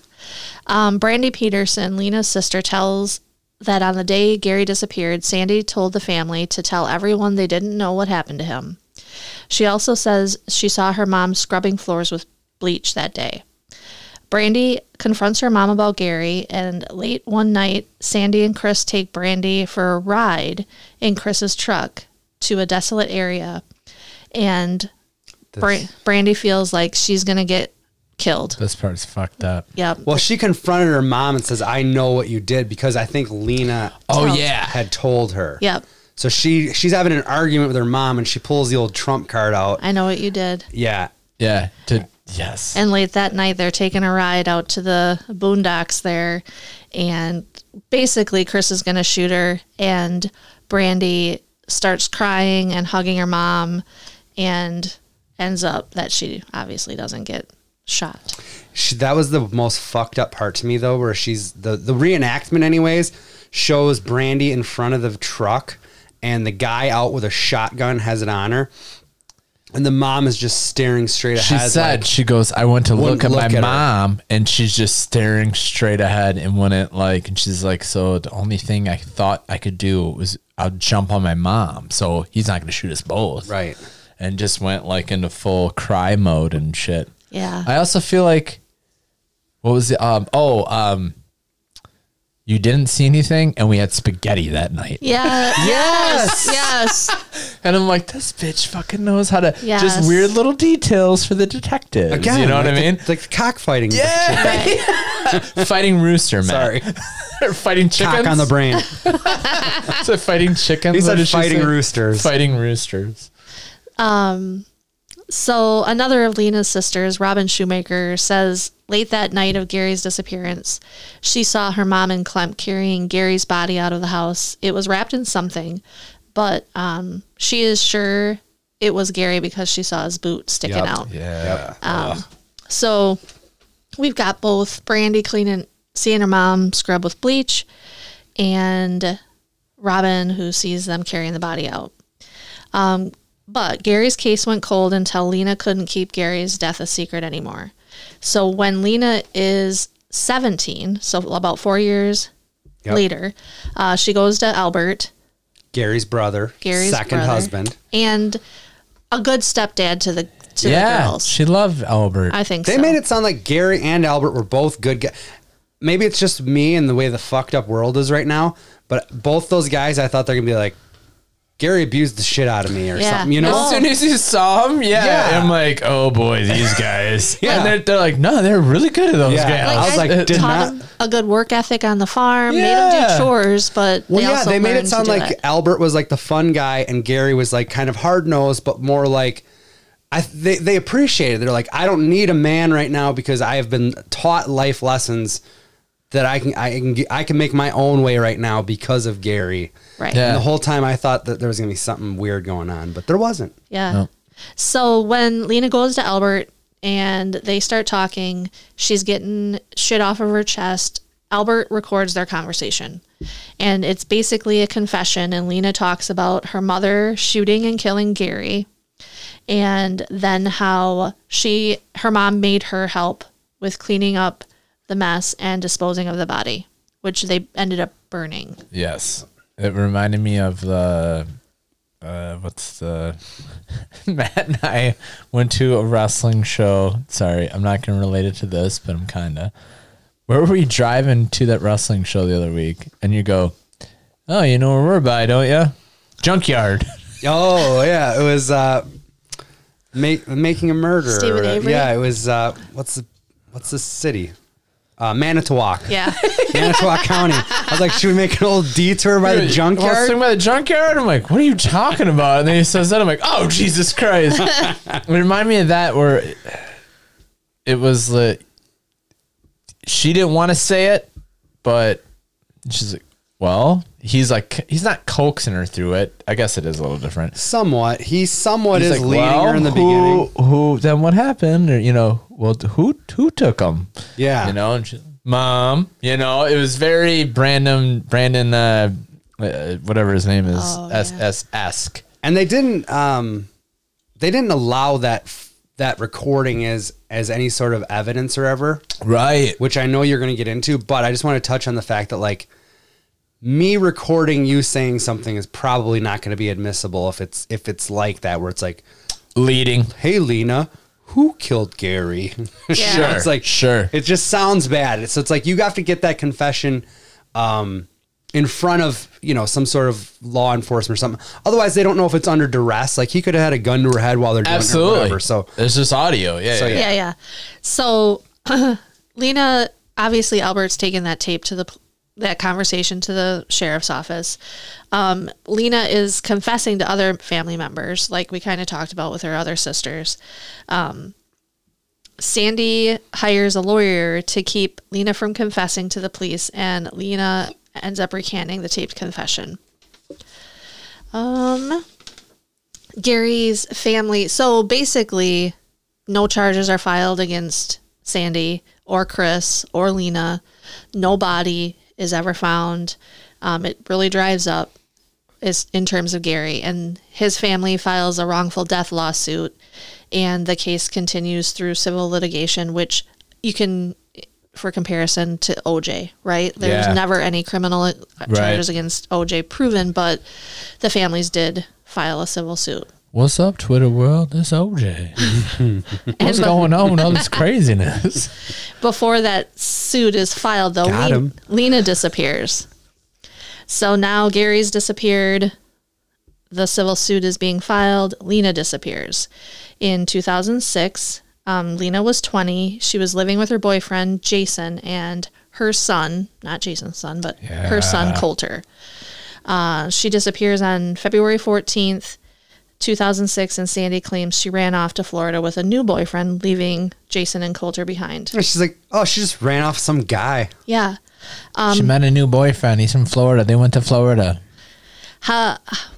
Um, Brandy Peterson, Lena's sister, tells that on the day Gary disappeared, Sandy told the family to tell everyone they didn't know what happened to him. She also says she saw her mom scrubbing floors with bleach that day. Brandy confronts her mom about Gary, and late one night, Sandy and Chris take Brandy for a ride in Chris's truck to a desolate area, and Bra- Brandy feels like she's gonna get killed.
This part's fucked up.
Yep.
Well, she confronted her mom and says, "I know what you did because I think Lena
Oh
Tell-
yeah.
had told her."
Yep.
So she she's having an argument with her mom and she pulls the old trump card out.
I know what you did.
Yeah.
Yeah. To yes.
And late that night, they're taking a ride out to the boondocks there. And basically, Chris is going to shoot her. And Brandy starts crying and hugging her mom and ends up that she obviously doesn't get shot.
She, that was the most fucked up part to me though where she's the the reenactment anyways shows Brandy in front of the truck and the guy out with a shotgun has it on her. And the mom is just staring straight
she
ahead.
said
like,
she goes, I went to look
wouldn't
at my
look at her."
mom and she's just staring straight ahead and wouldn't like and she's like, So the only thing I thought I could do was I'll jump on my mom. So he's not gonna shoot us both.
right.
And just went like into full cry mode and shit.
Yeah.
I also feel like what was the um oh um you didn't see anything and we had spaghetti that night.
yeah. Yes. Yes.
And I'm like, this bitch fucking knows how to
Yes.
just weird little details for the detectives. you know what I
like the-
mean?
like the cockfighting.
Yeah. [laughs] fighting rooster, man. [laughs]
Sorry.
fighting chickens.
Cock on the brain.
[laughs] Is it fighting chickens?
He
What
said
did she
fighting
say?
roosters.
Fighting roosters.
So another of Lena's sisters, Robin Shoemaker, says late that night of Gary's disappearance, she saw her mom and Clem carrying Gary's body out of the house. It was wrapped in something, but um, she is sure it was Gary because she saw his boot sticking
Yep.
out.
Yeah.
So we've got both Brandy cleaning, seeing her mom scrub with bleach, and Robin who sees them carrying the body out. Um, but Gary's case went cold until Lena couldn't keep Gary's death a secret anymore. So when Lena is 17, so about four years
Yep.
later, uh, she goes to Albert
Gary's brother.
Gary's
second
brother.
husband.
and a good stepdad to the to the
Yeah.
girls.
She loved Albert.
I think
They
so.
made it sound like Gary and Albert were both good guys. Maybe it's just me and the way the fucked up world is right now, but both those guys, I thought they're gonna be like, Gary abused the shit out of me or
Yeah.
something, you know?
No.
as soon as you saw him, yeah,
Yeah.
I'm like, oh boy, these guys.
[laughs] Yeah.
And they're, they're like, no, they're really good at those
Yeah.
guys.
Like, I was like,
Uh,
did
taught
not-
him a good work ethic on the farm, made him
Yeah.
do chores, but
Well,
they
yeah,
also
they made
learned
it
to
sound
do
like
it.
Albert was like the fun guy and Gary was like kind of hard nosed, but more like. I, they, they appreciate it. They're like, I don't need a man right now because I have been taught life lessons that I can I can I can make my own way right now because of Gary.
right.
Yeah.
Yeah.
And the whole time I thought that there was gonna be something weird going on, but there wasn't.
No.
So when Lena goes to Albert and they start talking, she's getting shit off of her chest. Albert records their conversation. And it's basically a confession. And Lena talks about her mother shooting and killing Gary, and then how she, her mom made her help with cleaning up the mess and disposing of the body, which they ended up burning.
Yes. It reminded me of the uh, what's the [laughs] Matt and I went to a wrestling show. Sorry, I'm not gonna relate it to this, but I'm kinda. Where were we driving to that wrestling show the other week? And you go, Oh, you know where we're by, don't you? Junkyard. [laughs]
Oh yeah, it was uh, make, making a murder.
Stephen Avery?
Yeah, it was uh, what's the what's the city? Uh, Manitowoc.
[laughs] Yeah.
Manitowoc County. I was like, should we make an old detour by the
Well, I was
junkyard?
thinking about the junkyard. I'm like, what are you talking about? And then he says that. I'm like, oh
[laughs]
Jesus Christ! it reminded me of that where it was the she didn't want to say it, but she's like, well, he's like, he's not coaxing her through it. I guess it is a little different.
Somewhat. He somewhat
He's
is
like,
leading her in the
who,
beginning.
Who then? What happened? Or you know, well, who who took him?
Yeah.
you know, and she, mom. You know, it was very Brandon Brandon uh, uh, whatever his name is
Oh,
S
yeah.
S esque.
And they didn't um, they didn't allow that f- that recording as as any sort of evidence or ever.
Right.
which I know you're going to get into, but I just want to touch on the fact that like me recording you saying something is probably not going to be admissible if it's if it's like that where it's like,
Leading.
"Hey Lena, who killed Gary?" [laughs]
Yeah.
Sure.
it's like
sure.
It just sounds bad. So it's like you have to get that confession um in front of, you know, some sort of law enforcement or something. Otherwise, they don't know if it's under duress. Like he could have had a gun to her head while they're doing it or
Absolutely.
whatever. So
there's just audio. Yeah.
So,
yeah.
yeah.
yeah, yeah. So [clears throat] Lena, obviously, Albert's taken that tape to the p- that conversation to the sheriff's office. Um, Lena is confessing to other family members, like we kind of talked about with her other sisters. Um, Sandy hires a lawyer to keep Lena from confessing to the police, and Lena ends up recanting the taped confession. Um, Gary's family. So basically, no charges are filed against Sandy or Chris or Lena. No body is ever found. Um, it really drives up is in terms of Gary and his family files a wrongful death lawsuit, and the case continues through civil litigation, which you can. For comparison to OJ, right? There's
Yeah.
never any criminal uh, charges against OJ proven, but the families did file a civil suit.
What's up, Twitter world? This OJ. What's
And-
going on with all this craziness?
before that suit is filed, though,
Got
Le-
him.
Lena disappears. So now Gary's disappeared. The civil suit is being filed. Lena disappears. In 2006, um, Lena was 20. She was living with her boyfriend, Jason, and her son, not Jason's son, but her son, Coulter. Uh, she disappears on February 14th. 2006, and Sandy claims she ran off to Florida with a new boyfriend, leaving Jason and Coulter behind.
and she's like, "Oh, she just ran off some guy."
Yeah.
she met a new boyfriend. He's from Florida. They went to Florida.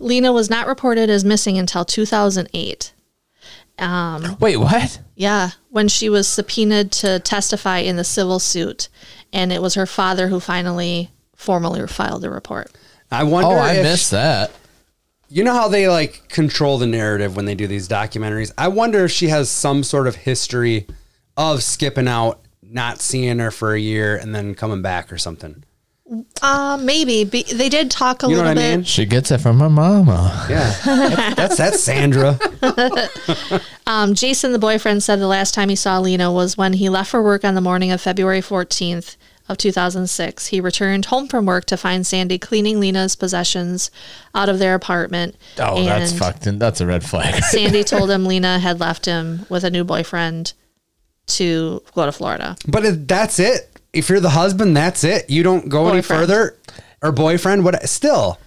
Lena was not reported as missing until 2008.
Wait, what?
Yeah, when she was subpoenaed to testify in the civil suit, and it was her father who finally formally filed the report.
I wonder
Oh, I
if
missed that.
You know how they like control the narrative when they do these documentaries? I wonder if she has some sort of history of skipping out, not seeing her for a year, and then coming back or something.
Uh, maybe be, they did talk a
You know
little
what I
bit.
mean?
She gets it from her mama.
Yeah.
[laughs]
That's- That's that's Sandra.
Um, Jason, the boyfriend, said the last time he saw Lena was when he left for work on the morning of February 14th of 2006. He returned home from work to find Sandy cleaning Lena's possessions out of their apartment.
Oh, that's
and-
fucked. In, that's a red flag. [laughs]
Sandy told him Lena had left him with a new boyfriend to go to Florida.
But if that's it. If you're the husband, that's it. You don't go any
Boyfriend.
further or boyfriend, what still.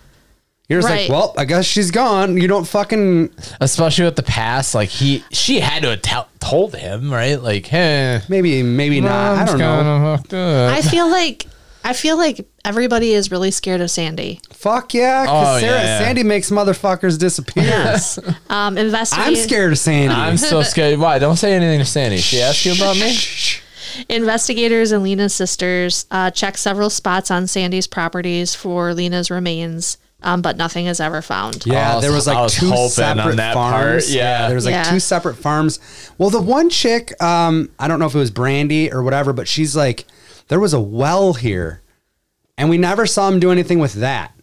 You're just
Right.
like, well, I guess she's gone. You don't fucking
especially with the past. Like he, she had to have tell, told him, right? Like, hey,
maybe maybe not. I
mom's
don't know.
gonna fuck up.
I feel like I feel like everybody is really scared of Sandy.
Fuck yeah, 'cause
Oh,
Sarah
yeah, yeah.
Sandy makes motherfuckers disappear. [laughs]
Yes. um investigate
I'm scared of Sandy.
[laughs]
I'm so scared. Why? Don't say anything to Sandy. She asked you about me.
Shh.
Investigators and Lena's sisters uh, check several spots on Sandy's properties for Lena's remains, um, but nothing is ever found.
Yeah,
I was-
there was
I
like
was
two
hoping on
separate
that
farms.
part, yeah.
there was like
Yeah.
two separate farms. Well, the one chick, um, I don't know if it was Brandy or whatever, but she's like, there was a well here, and we never saw him do anything with that.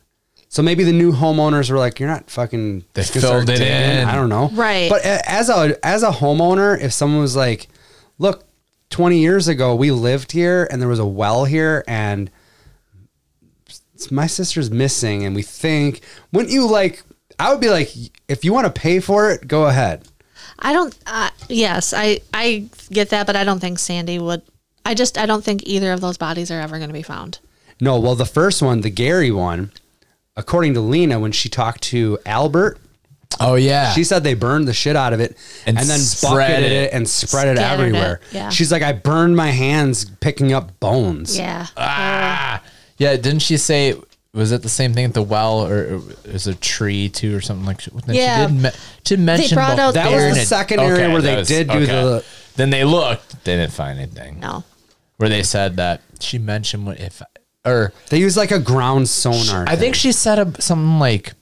So maybe the new homeowners were like, "You're not fucking."
They
just gonna
filled
start
it
digging."
in.
I don't know.
Right.
But a- as a as a homeowner, if someone was like, "Look, 20 years ago we lived here, and there was a well here, and it's- my sister's missing and we think wouldn't you like i would be like if you want to pay for it go ahead
I don't. Uh, yes, I I get that, but I don't think Sandy would. I just I don't think either of those bodies are ever going to be found.
no well the first one the gary one according to lena when she talked to albert
Oh yeah.
she said they burned the shit out of it and,
And
then
spread
bucketed it.
it.
and spread it
Scattered it,
everywhere
yeah.
she's like i burned my hands picking up bones
Yeah.
ah. Yeah. Didn't she say? Was it the same thing at the well, or or is a tree too, or something like? Then
Yeah.
She did, me- to mention
brought
both
out
that
There
was
Aaron
the
and-
second
Okay,
area where
that
they
was-
did do
okay.
the
Then they looked. They didn't find anything.
no.
Where they said that she mentioned what if or
they used like a ground sonar
I think she said a, something like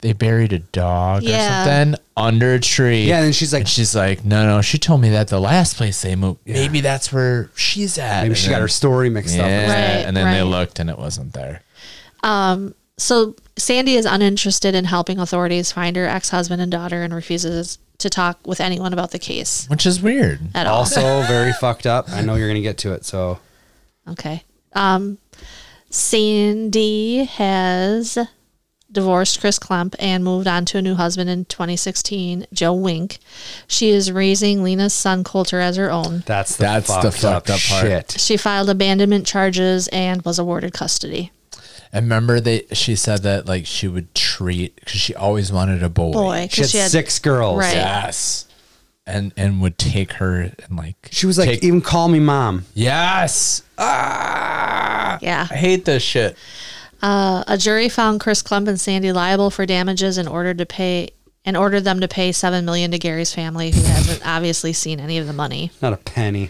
they buried a dog
Yeah.
or something under a tree.
Yeah, and then she's like-
and she's like, no, no, she told me that the last place they moved, maybe that's where she's at.
maybe she got her story mixed
stuff.
up
Yeah,
Right,
and then they
right.
looked and it wasn't there.
So Sandy is uninterested in helping authorities find her ex-husband and daughter and refuses to talk with anyone about the case
Which is weird.
at all.
also very fucked up i know you're gonna get to it so
Okay. Um, Sandy has divorced Chris Klump and moved on to a new husband in 2016, Joe Wink. She is raising Lena's son Coulter as her own.
That's the
That's
fucked
the fucked
up,
up part.
shit.
She filed abandonment charges and was awarded custody.
I remember they she said that like she would treat because she always wanted a boy.
Boy,
She had,
'cause she had
six girls.
Right.
Yes. And and would take her and like
She was like,
Take-
even call me mom.
Yes. Ah
Yeah.
I hate this shit.
Uh, a jury found Chris Klump and Sandy liable for damages and ordered to pay and ordered them to pay seven million to Gary's family,
[laughs]
who hasn't obviously seen any of the money.
Not a penny.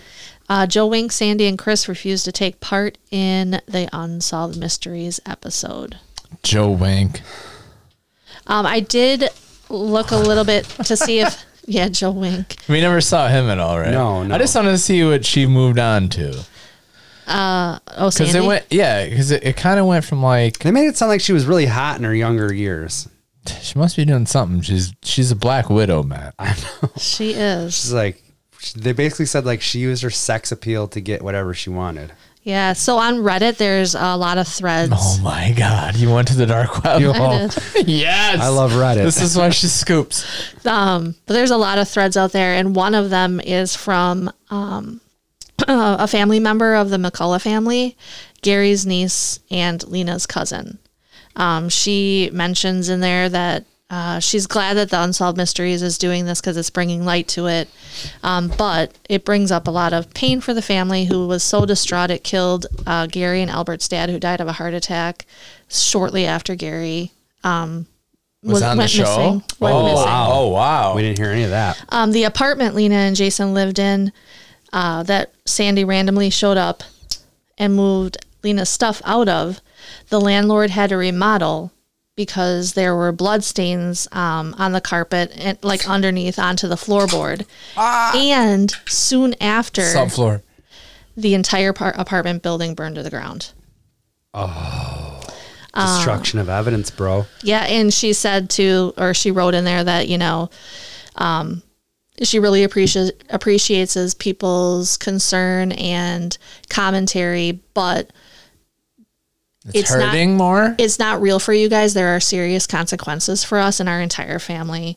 Uh, Joe Wink, Sandy, and Chris refused to take part in the Unsolved Mysteries episode.
Joe Wink.
Um, I did look a little bit to
[laughs]
see if, yeah, Joe Wink.
We never saw him at all, right?
No, no.
I just wanted to see what she moved on to
Oh,
because
Sandy.
it went, yeah, because it, it kind of went from like
They made it sound like she was really hot in her younger years.
she must be doing something. She's she's a black widow, Matt.
she is.
She's like, they basically said like she used her sex appeal to get whatever she wanted.
Yeah. So on Reddit, there's a lot of threads.
Oh my god, you went to the dark web. [laughs] yes,
I love Reddit.
This is why she scoops.
Um, but there's a lot of threads out there, and one of them is from um, [clears throat] a family member of the McCullough family, Gary's niece and Lena's cousin. Um, she mentions in there that uh, she's glad that the Unsolved Mysteries is doing this because it's bringing light to it, um, but it brings up a lot of pain for the family who was so distraught it killed uh, Gary and Albert's dad, who died of a heart attack shortly after Gary. Um,
Was on the
went
show.
missing- went
oh,
missing.
wow. oh wow!
We didn't hear any of that.
Um, the apartment Lena and Jason lived in uh, that Sandy randomly showed up and moved Lena's stuff out of, the landlord had to remodel because there were bloodstains um, on the carpet and like underneath onto the floorboard. And soon after,
Subfloor.
the entire par- apartment building burned to the ground. Uh,
Destruction of evidence, bro.
Yeah, and she said to, or she wrote in there that you know, um, she really appreciates appreciates his people's concern and commentary, but
It's,
It's not-
hurting more.
it's not real for you guys. There are serious consequences for us, and our entire family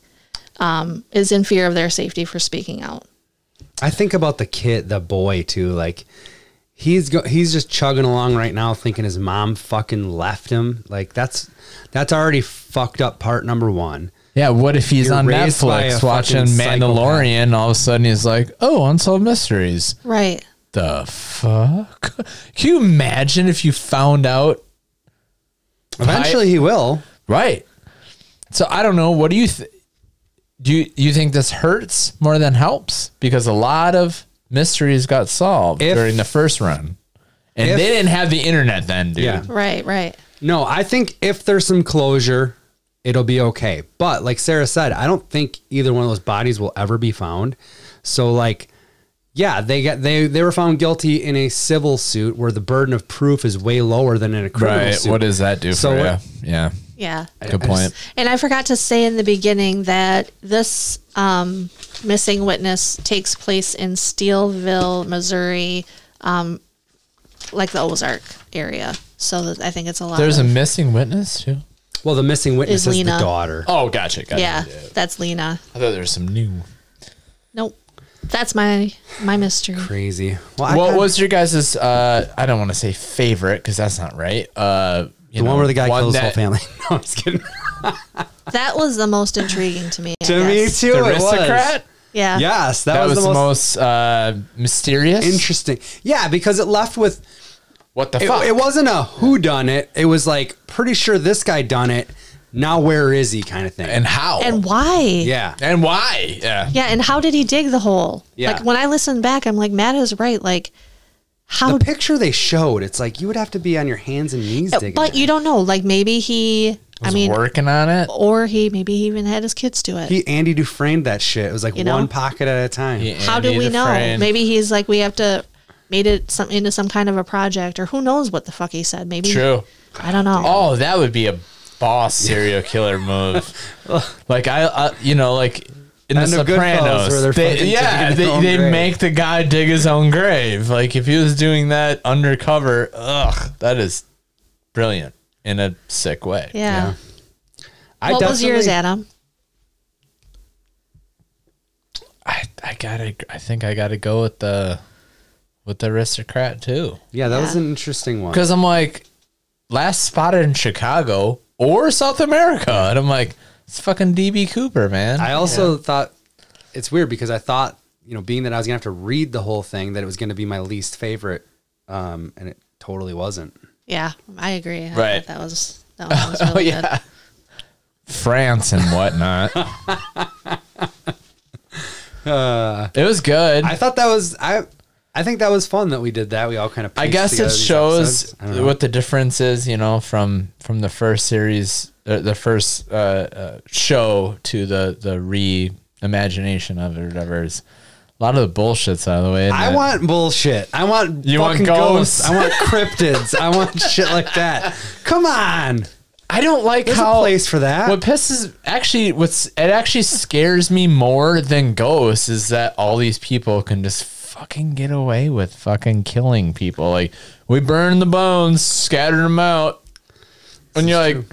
um, is in fear of their safety for speaking out.
I think about the kid, the boy too. Like he's go- he's just chugging along right now, thinking his mom fucking left him. Like that's that's already fucked up. Part number one.
yeah. What if he's
You're
on
raised by a
Netflix watching
fucking psychopath.
Mandalorian? All of a sudden, he's like, "Oh, unsolved mysteries."
Right.
The fuck? Can you imagine if you found out
Eventually, he will.
Right. So I don't know. What do you th- do? You, you think this hurts more than helps? Because a lot of mysteries got solved
If-
during the first run. And
if-
they didn't have the internet then, dude.
Yeah.
Right, right.
No, I think if there's some closure, it'll be okay. But like Sarah said, I don't think either one of those bodies will ever be found. So like yeah, they got they they were found guilty in a civil suit where the burden of proof is way lower than in a criminal
Right.
suit.
What does that do
So
for
what-
you? Yeah.
Yeah.
Good point.
And I forgot to say in the beginning that this um, missing witness takes place in Steelville, Missouri, um, like the Ozark area. So that- I think it's a lot.
There's a
of-
missing witness too.
Well, the missing witness
Is
is,
Lena.
the daughter.
Oh, gotcha. gotcha.
yeah, that's Lena.
I thought there was some new.
Nope, that's my my mystery.
Crazy. Well, I
What
kinda-
was your guys' uh I don't want to say favorite because that's not right. Uh you
the
know,
one where the guy kills
that-
his whole family? [laughs] no, I'm just kidding.
That was the most intriguing to me. I
To me
guess.
too.
The
it was.
aristocrat?
Yeah.
Yes, that,
That,
was, the most,
uh mysterious.
interesting. Yeah, because it left with
what the
it,
fuck?
it wasn't a who done it. It was like pretty sure this guy done it. Now where is he? Kind of thing.
and how?
And why?
yeah,
And why? Yeah.
Yeah, and how did he dig the hole?
Yeah.
Like when I listen back, I'm like, Matt is right. Like, how
the picture they showed, it's like you would have to be on your hands and knees. Digging
but
it.
you don't know. Like maybe he, I
Was
mean,
working on it.
or he maybe he even had his kids do it.
he Andy Dufresne that shit. It was like
You know?
one pocket at a time.
how do
Andy
we know?
Dufresne.
Maybe he's like, we have to made it some into some kind of a project, or who knows what the fuck he said. Maybe
True.
I don't know.
Oh, that would be a boss serial killer move. like I, I, you know, like in
And
the
the Goodfellas where
Sopranos,
they're
they,
fucking
yeah,
digging their
they,
own
they
grave.
make the guy dig his own grave. Like if he was doing that undercover, ugh, that is brilliant in a sick way.
yeah.
I
What was yours,
definitely-
Adam?
I, I gotta, I think I gotta go with the, with the aristocrat too.
Yeah, that was
Yeah.
an interesting one.
Because I'm like, last spotted in Chicago or South America, and I'm like, it's fucking DB Cooper, man.
I also thought it's weird because I thought you know being that I was gonna have to read the whole thing that it was gonna be my least favorite, um, and it totally wasn't.
Yeah, I agree. I
Right.
thought That was
[laughs]
that one was really good.
France and
[laughs]
whatnot. it was good.
I
I,
thought that was I. I think that was fun that we did that. We all kind of.
guess it shows what the difference is, you know, from from the first series, uh, the first uh, uh, show to the the reimagination of it, or whatever. Is a lot of the bullshit's out of the way. and
I
that-
want bullshit. I want
You want
fucking
ghosts?
I want cryptids. I
[laughs]
want shit like that. Come on.
I don't like
There's a
how
place for that.
What pisses actually what's it actually scares me more than ghosts is that all these people can just fucking get away with fucking killing people. Like we burn the bones, scatter them out, and you're like,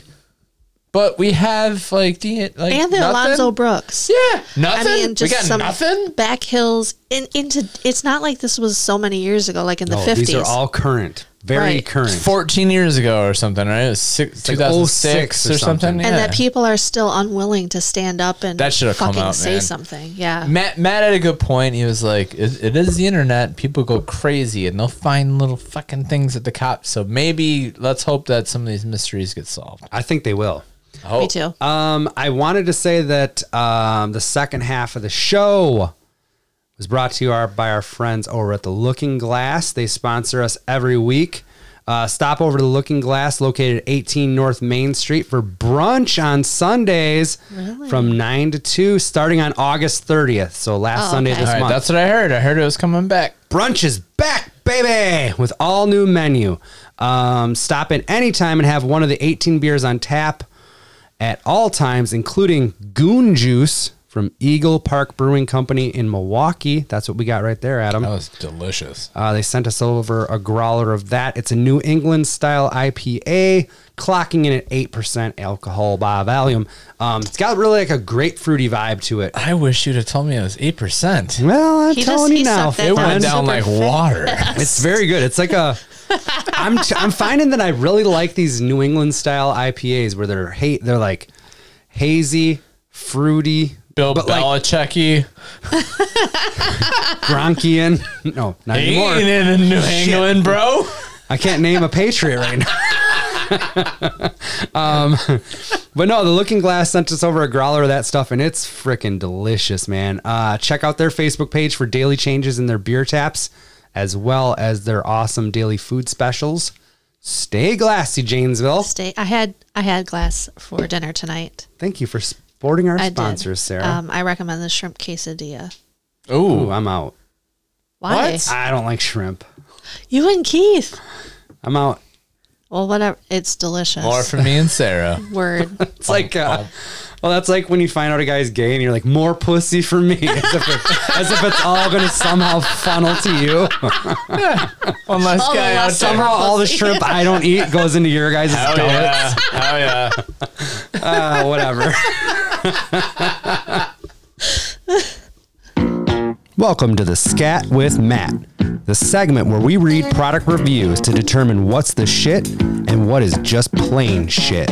but we have like the like
And
nothing?
the Alonzo Brooks.
Yeah, nothing.
I mean, just
we got
some
nothing.
back hills in, into. It's not like this was so many years ago, like in the
No,
fifties.
Oh, these are all current. Very
Right.
current.
14 years ago or something, right? It was six,
like
2006
06 or
or something.
something.
and
yeah.
that people are still unwilling to stand up and
That should've come
fucking
out,
say
man.
something. Yeah,
Matt, Matt had a good point. He was like, it, it is the internet. People go crazy and they'll find little fucking things at the cops. So maybe let's hope that some of these mysteries get solved.
I think they will.
Oh,
me too.
Um, I wanted to say that um, the second half of the show was brought to you our, by our friends over at the Looking Glass. They sponsor us every week. Uh, stop over to the Looking Glass, located at 18 North Main Street, for brunch on Sundays from 9 to 2, starting on August 30th. So last
Oh,
Sunday
okay.
this
All right,
month.
that's what I heard. I heard it was coming back.
Brunch is back, baby, with all new menu. Um, stop in anytime and have one of the 18 beers on tap at all times, including Goon Juice from Eagle Park Brewing Company in Milwaukee. That's what we got right there, Adam.
That was delicious.
Uh, they sent us over a growler of that. It's a New England style IPA, clocking in at 8% alcohol by volume. Um, it's got really like a grapefruity vibe to it.
I wish you'd have told me it was 8%.
Well, I'm
He just-
telling
he
you now,
sucked that
It
friend.
went down like [laughs] water.
It's very good. It's like a. I'm t- I'm finding that I really like these New England style IPAs where they're hate they're like hazy, fruity,
Bill
but like
Belichicky
Gronkian. [laughs] No, not
ain't
anymore.
in New England, bro.
I can't name a patriot right now. Um, But no, the Looking Glass sent us over a growler of that stuff, and it's freaking delicious, man. Uh, check out their Facebook page for daily changes in their beer taps, as well as their awesome daily food specials. Stay glassy, Janesville.
Stay. I had I had glass for dinner tonight.
Thank you for supporting our
I did.
sponsors, Sarah.
Um, I recommend the shrimp quesadilla.
Ooh, I'm out.
Why?
What?
I don't like shrimp.
You and Keith.
I'm out.
Well, whatever. It's delicious.
more for me and Sarah.
Word.
[laughs] It's like, uh, well, that's like when you find out a guy's gay and you're like, more pussy for me, [laughs] as if, it, as if it's all going to somehow funnel to you.
One less
Oh,
guy
yeah,
out
some
there.
Somehow all the shrimp I don't eat goes into your guys'
Oh
stomach.
yeah. Oh yeah.
Uh, whatever. [laughs] Welcome to the Scat with Matt, the segment where we read product reviews to determine what's the shit and what is just plain shit.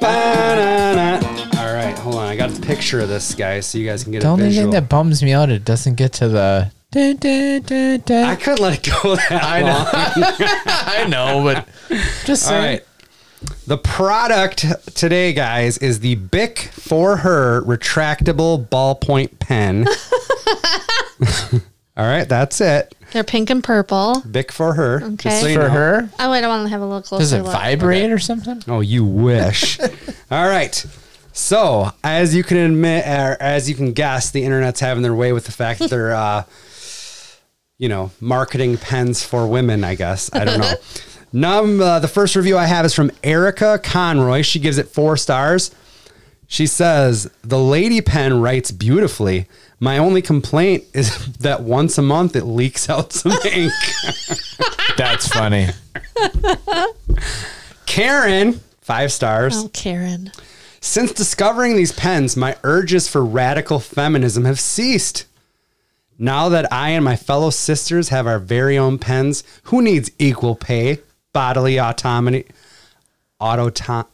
Ba-na-na. All right, hold on. I got a picture of this guy so you guys can get
The
a
only
visual.
thing that bums me out, it doesn't get to the. Dun, dun, dun, dun.
I couldn't let it go [laughs] that
I
long.
know. I know, but [laughs] just
All
saying.
right. The product today, guys, is the Bic for her retractable ballpoint pen. [laughs] All right, that's it.
They're pink and purple.
Bic for her. just
Okay.
so you
for
know.
her.
Oh, wait, I want to have a little closer
Does it
look.
vibrate or something?
Oh, you wish. All right. So, as you can admit, or as you can guess, the internet's having their way with the fact that they're, uh, you know, marketing pens for women, I guess. I don't know. Num, uh, the first review I have is from Erica Conroy. She gives it four stars. She says, The lady pen writes beautifully. My only complaint is [laughs] that once a month it leaks out some ink.
That's funny.
Karen, five stars.
Oh, Karen.
Since discovering these pens, my urges for radical feminism have ceased. Now that I and my fellow sisters have our very own pens, who needs equal pay, bodily autonomy, autonomy,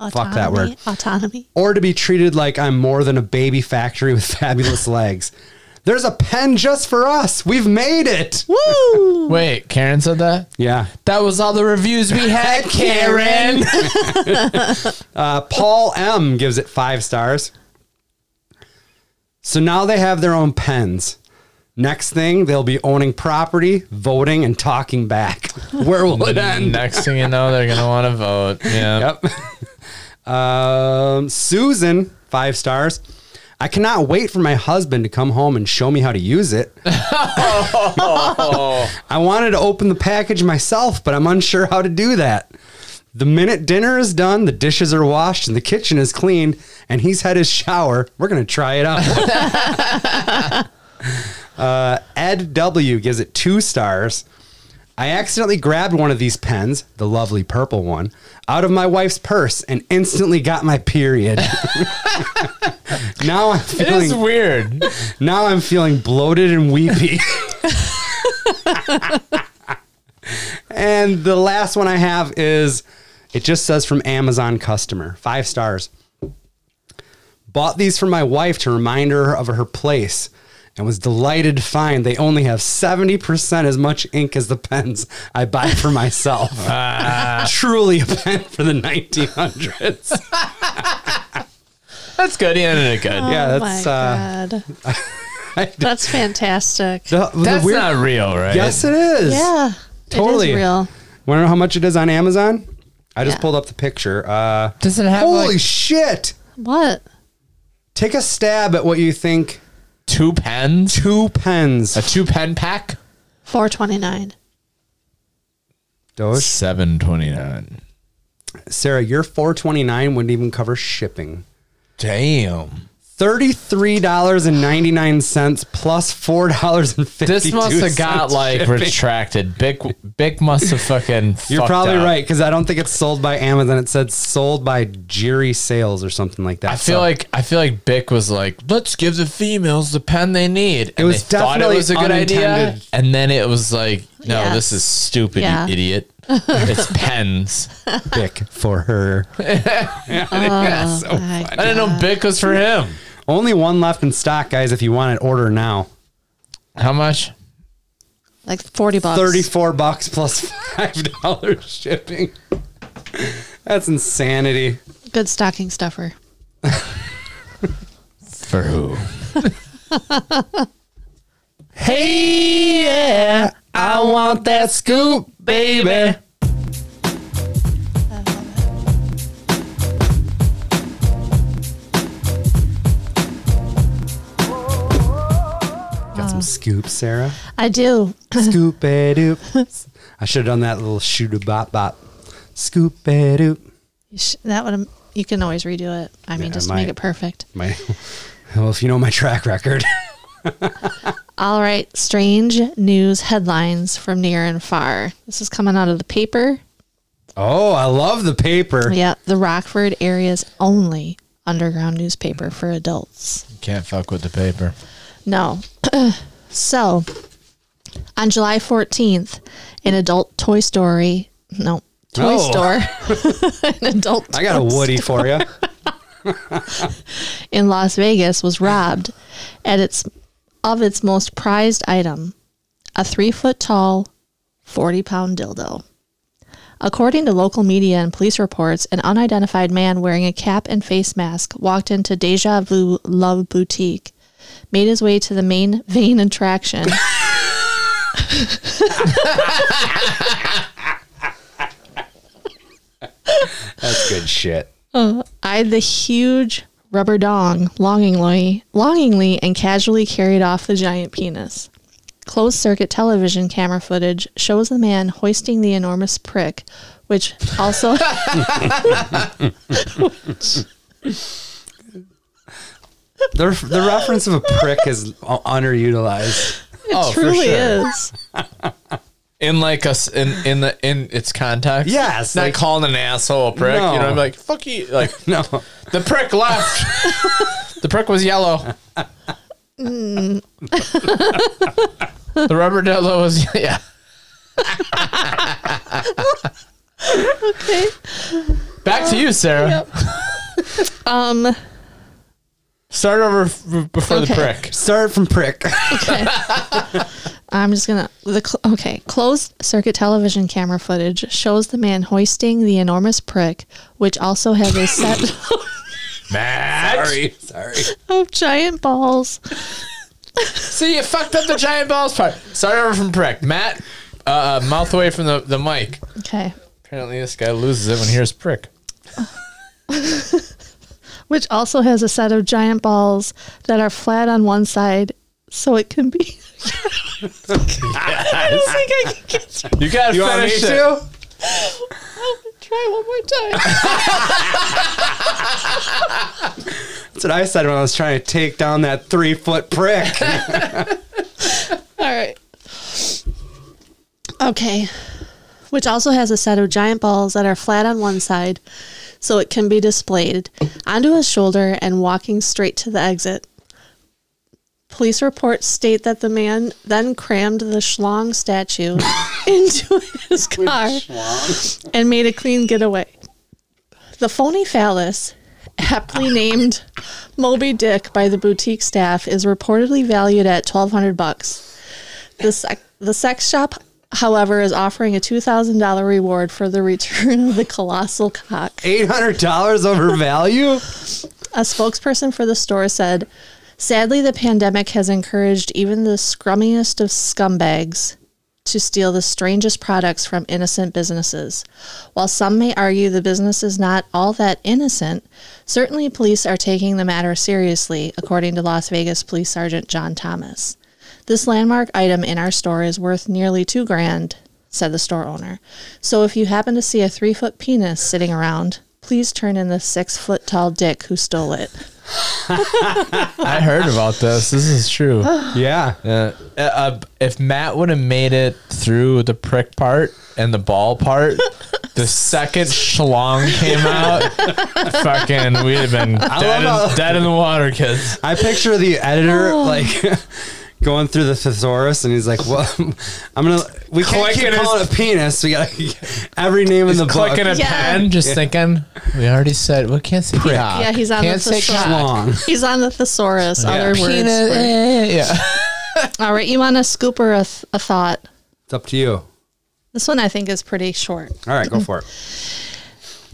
Autonomy.
that word.
Autonomy.
or to be treated like I'm more than a baby factory with [laughs] fabulous legs? There's a pen just for us. We've made it.
Woo!
[laughs] Wait, Karen said that?
[laughs] Yeah.
That was all the reviews we [laughs] had, Karen.
Uh, Paul M gives it five stars. So now they have their own pens. Next thing, they'll be owning property, voting, and talking back. [laughs] Where will it
[laughs]
end?
Next thing you know, they're going to want to vote. Yeah.
[laughs] Um, Susan, five stars. I cannot wait for my husband to come home and show me how to use it. [laughs] I wanted to open the package myself, but I'm unsure how to do that. The minute dinner is done, the dishes are washed, and the kitchen is cleaned, and he's had his shower, we're going to try it out. uh, [laughs] Ed W. gives it two stars. I accidentally grabbed one of these pens, the lovely purple one, out of my wife's purse and instantly got my period. [laughs] now I'm
It is
feeling
weird.
now I'm feeling bloated and
[laughs]
weepy. and the last one I have is it just says from Amazon customer, 5 stars. Bought these for my wife to remind her of her place and was delighted to find they only have 70% as much ink as the pens I buy for
[laughs]
myself.
Ah.
Truly a pen for the 1900s.
That's good. He ended it good.
Yeah,
oh
that's,
my
uh, [laughs]
God. that's fantastic.
The- the
That's
weird-
not real, right?
Yes, it is.
yeah.
Totally.
It is real.
Want to know how much it is on Amazon? I just
Yeah.
pulled up the picture. Uh,
Does it have
holy
like
shit!
What?
Take a stab at what you think.
two pens?
Two pens.
A two pen pack?
429.
Doge.
729.
Sarah, your 429 wouldn't even cover shipping.
Damn.
$33.99 plus $4.52.
This must have got like
shipping.
retracted. Bic Bic must have
[laughs]
fucking.
You're
fucked
probably
up.
right because I don't think it's sold by Amazon. It said sold by Jerry Sales or something like that.
I feel like I feel like Bic was like, let's give the females the pen they need. And
was
they thought it
definitely
was a good idea,
unintended.
and then it was like, no,
Yeah.
this is stupid,
Yeah.
you
[laughs]
idiot. it's pens.
Bic for her.
Oh, my
I didn't know Bic was for him.
Only one left in stock, guys. If you want it, order now.
How much?
like 40 bucks.
34 bucks plus $5 shipping. That's insanity.
Good stocking stuffer.
For who? hey, yeah, I want that scoop, baby.
Got some scoops, Sarah.
I do.
Scoop a
[laughs]
doop. I should have done that little shoot a bop bop. Scoop a doop.
You sh- That would you can always redo it. I
Yeah,
mean,
I
just make
might.
it perfect.
My, well, if you know my track record, [laughs]
All right, strange news headlines from near and far. This is coming out of the paper.
oh, I love the paper.
Yeah, the Rockford area's only underground newspaper for adults.
Can't fuck with the paper.
No. [clears throat] so, on July 14th, an adult Toy Story, no, Toy
Oh.
Store, [laughs] an adult
I got a
Toy
Woody for
[laughs]
you.
in Las Vegas was robbed at its of its most prized item, a three foot tall, forty pound dildo. According to local media and police reports, an unidentified man wearing a cap and face mask walked into Deja Vu Love Boutique, made his way to the main [laughs] vein attraction.
That's good shit.
eyed the huge rubber dong longingly, longingly, and casually carried off the giant penis. Closed circuit television camera footage shows the man hoisting the enormous prick, which also [laughs]
The, the reference of a prick is underutilized.
oh,
truly is.
In like us in in the in its context.
Yes,
Not
like-
calling an asshole a prick. You
No.
know, I'm like, fuck you.
[laughs]
Like
No,
the prick
[laughs]
left. the prick was yellow.
Mm.
the rubber dildo was [laughs] yeah.
Okay.
Back to you, Sarah. [laughs]
Um.
Start over f- before the
Okay.
prick.
start from prick.
Okay. I'm just gonna the cl- okay closed circuit television camera footage shows the man hoisting the enormous prick, which also has a set. [laughs]
Matt.
Sorry, sorry.
of giant balls.
See, you fucked up the giant balls part. Start over from prick. Matt, uh, uh, mouth away from the, the mic.
Okay.
Apparently, this guy loses it when he hears prick.
which also has a set of giant balls that are flat on one side, so it can be. [laughs] I don't think I can get you.
You gotta
You want me
finish it.
to?
Try one more time.
That's what I said when I was trying to take down that three foot [laughs] prick.
All right. Okay. Which also has a set of giant balls that are flat on one side, so it can be displayed onto his shoulder and walking straight to the exit. Police reports state that the man then crammed the schlong statue into his car. and made a clean getaway. The phony phallus, aptly named Moby Dick by the boutique staff, is reportedly valued at twelve hundred bucks. The sec- the sex shop, however, is offering a two thousand dollar reward for the return of the colossal cock.
$800 over value?
A spokesperson for the store said, "Sadly, the pandemic has encouraged even the scrummiest of scumbags to steal the strangest products from innocent businesses. While some may argue the business is not all that innocent, certainly police are taking the matter seriously, according to Las Vegas Police Sergeant John Thomas. This landmark item in our store is worth nearly two grand, said the store owner. So if you happen to see a three foot penis sitting around, please turn in the six foot tall dick who stole it.
I heard about this. This is true.
Yeah.
Uh, uh, if Matt would have made it through the prick part and the ball part, the second schlong came out, [laughs] fucking, we'd have been dead
love
in,
how-
dead in the water, kids.
I picture the editor
Oh.
like [laughs] going through the thesaurus and he's like, well, [laughs] I'm going to, we can't keep
Clicking his-
calling it a penis. We got to [laughs] get every name in the book.
Clicking a
Yeah.
pen, just thinking, we already said, we can't say prick.
Yeah, he's on
can't
the
say
thesaurus.
cock.
long.
[laughs] He's on the thesaurus. Other words.
Penis,
were-
eh, yeah.
All right, you want a scoop or a, th- a thought?
It's up to you. All
This one I think is pretty short.
right, go for it.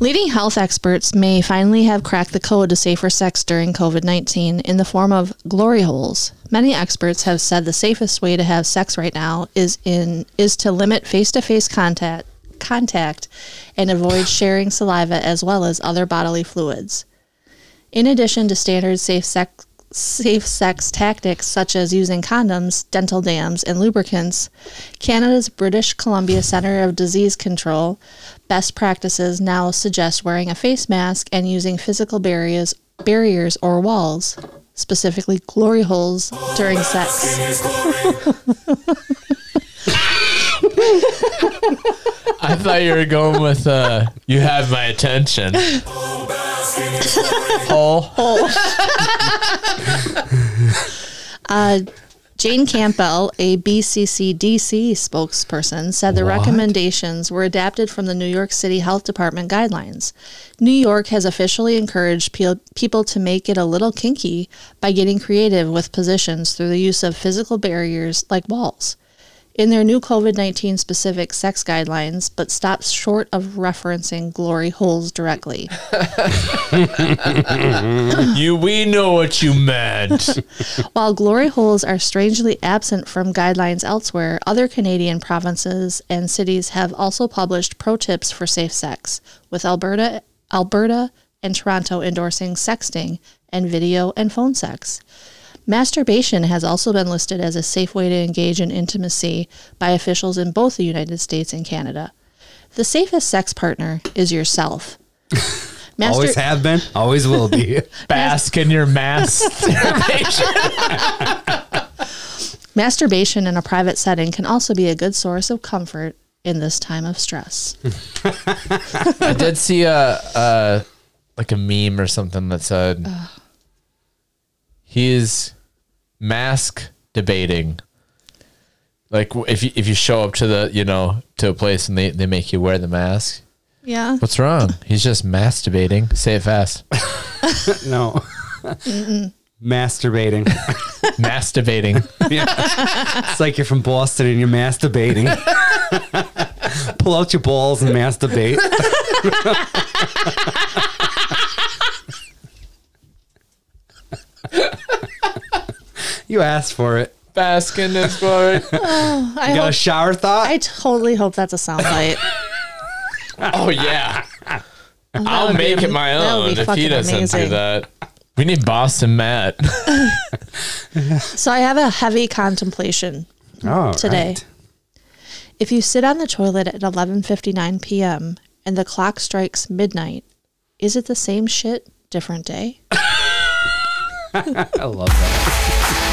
Leading health experts may finally have cracked the code to safer sex during COVID 19 in the form of glory holes. Many experts have said the safest way to have sex right now is in is to limit face to face contact contact and avoid sharing saliva as well as other bodily fluids. In addition to standard safe sex safe sex tactics such as using condoms, dental dams, and lubricants, Canada's British Columbia Centre of Disease Control best practices now suggest wearing a face mask and using physical barriers barriers or walls, specifically glory holes during sex.
I thought you were going with uh, "You have my attention." Hole.
Uh, Jane Campbell, a BCCDC spokesperson, said the recommendations were adapted from the New York City Health Department guidelines. New York has officially encouraged pe- people to make it a little kinky by getting creative with positions through the use of physical barriers like walls. In their new COVID 19 specific sex guidelines, but stops short of referencing glory holes directly.
You, we know what you meant.
While glory holes are strangely absent from guidelines elsewhere, other Canadian provinces and cities have also published pro tips for safe sex, with Alberta, Alberta and Toronto endorsing sexting and video and phone sex. Masturbation has also been listed as a safe way to engage in intimacy by officials in both the United States and Canada. The safest sex partner is yourself. Master-
Always have been, always will be.
[laughs]
Bask in your masturbation.
Masturbation in a private setting can also be a good source of comfort in this time of stress.
I did see a, a like a meme or something that said he's mask debating. Like w- if you if you show up to the you know to a place and they, they make you wear the mask,
Yeah.
what's wrong? He's just masturbating. Say it fast.
no. Masturbating. [laughs]
masturbating.
Yeah. It's like you're from Boston and you're masturbating. [laughs] Pull out your balls and masturbate. [laughs] you asked for it.
Bask in [laughs] his glory.
I,
You got a
hope,
shower thought?
I totally hope that's a soundbite.
Oh yeah. I'll
would be
make
am-
it my
that would
own
be
if he
fucking
doesn't do
amazing.
that. We need Boston Matt.
so I have a heavy contemplation.
oh,
today.
right.
If you sit on the toilet at 11:59 p.m. and the clock strikes midnight, is it the same shit, different day?
I love that.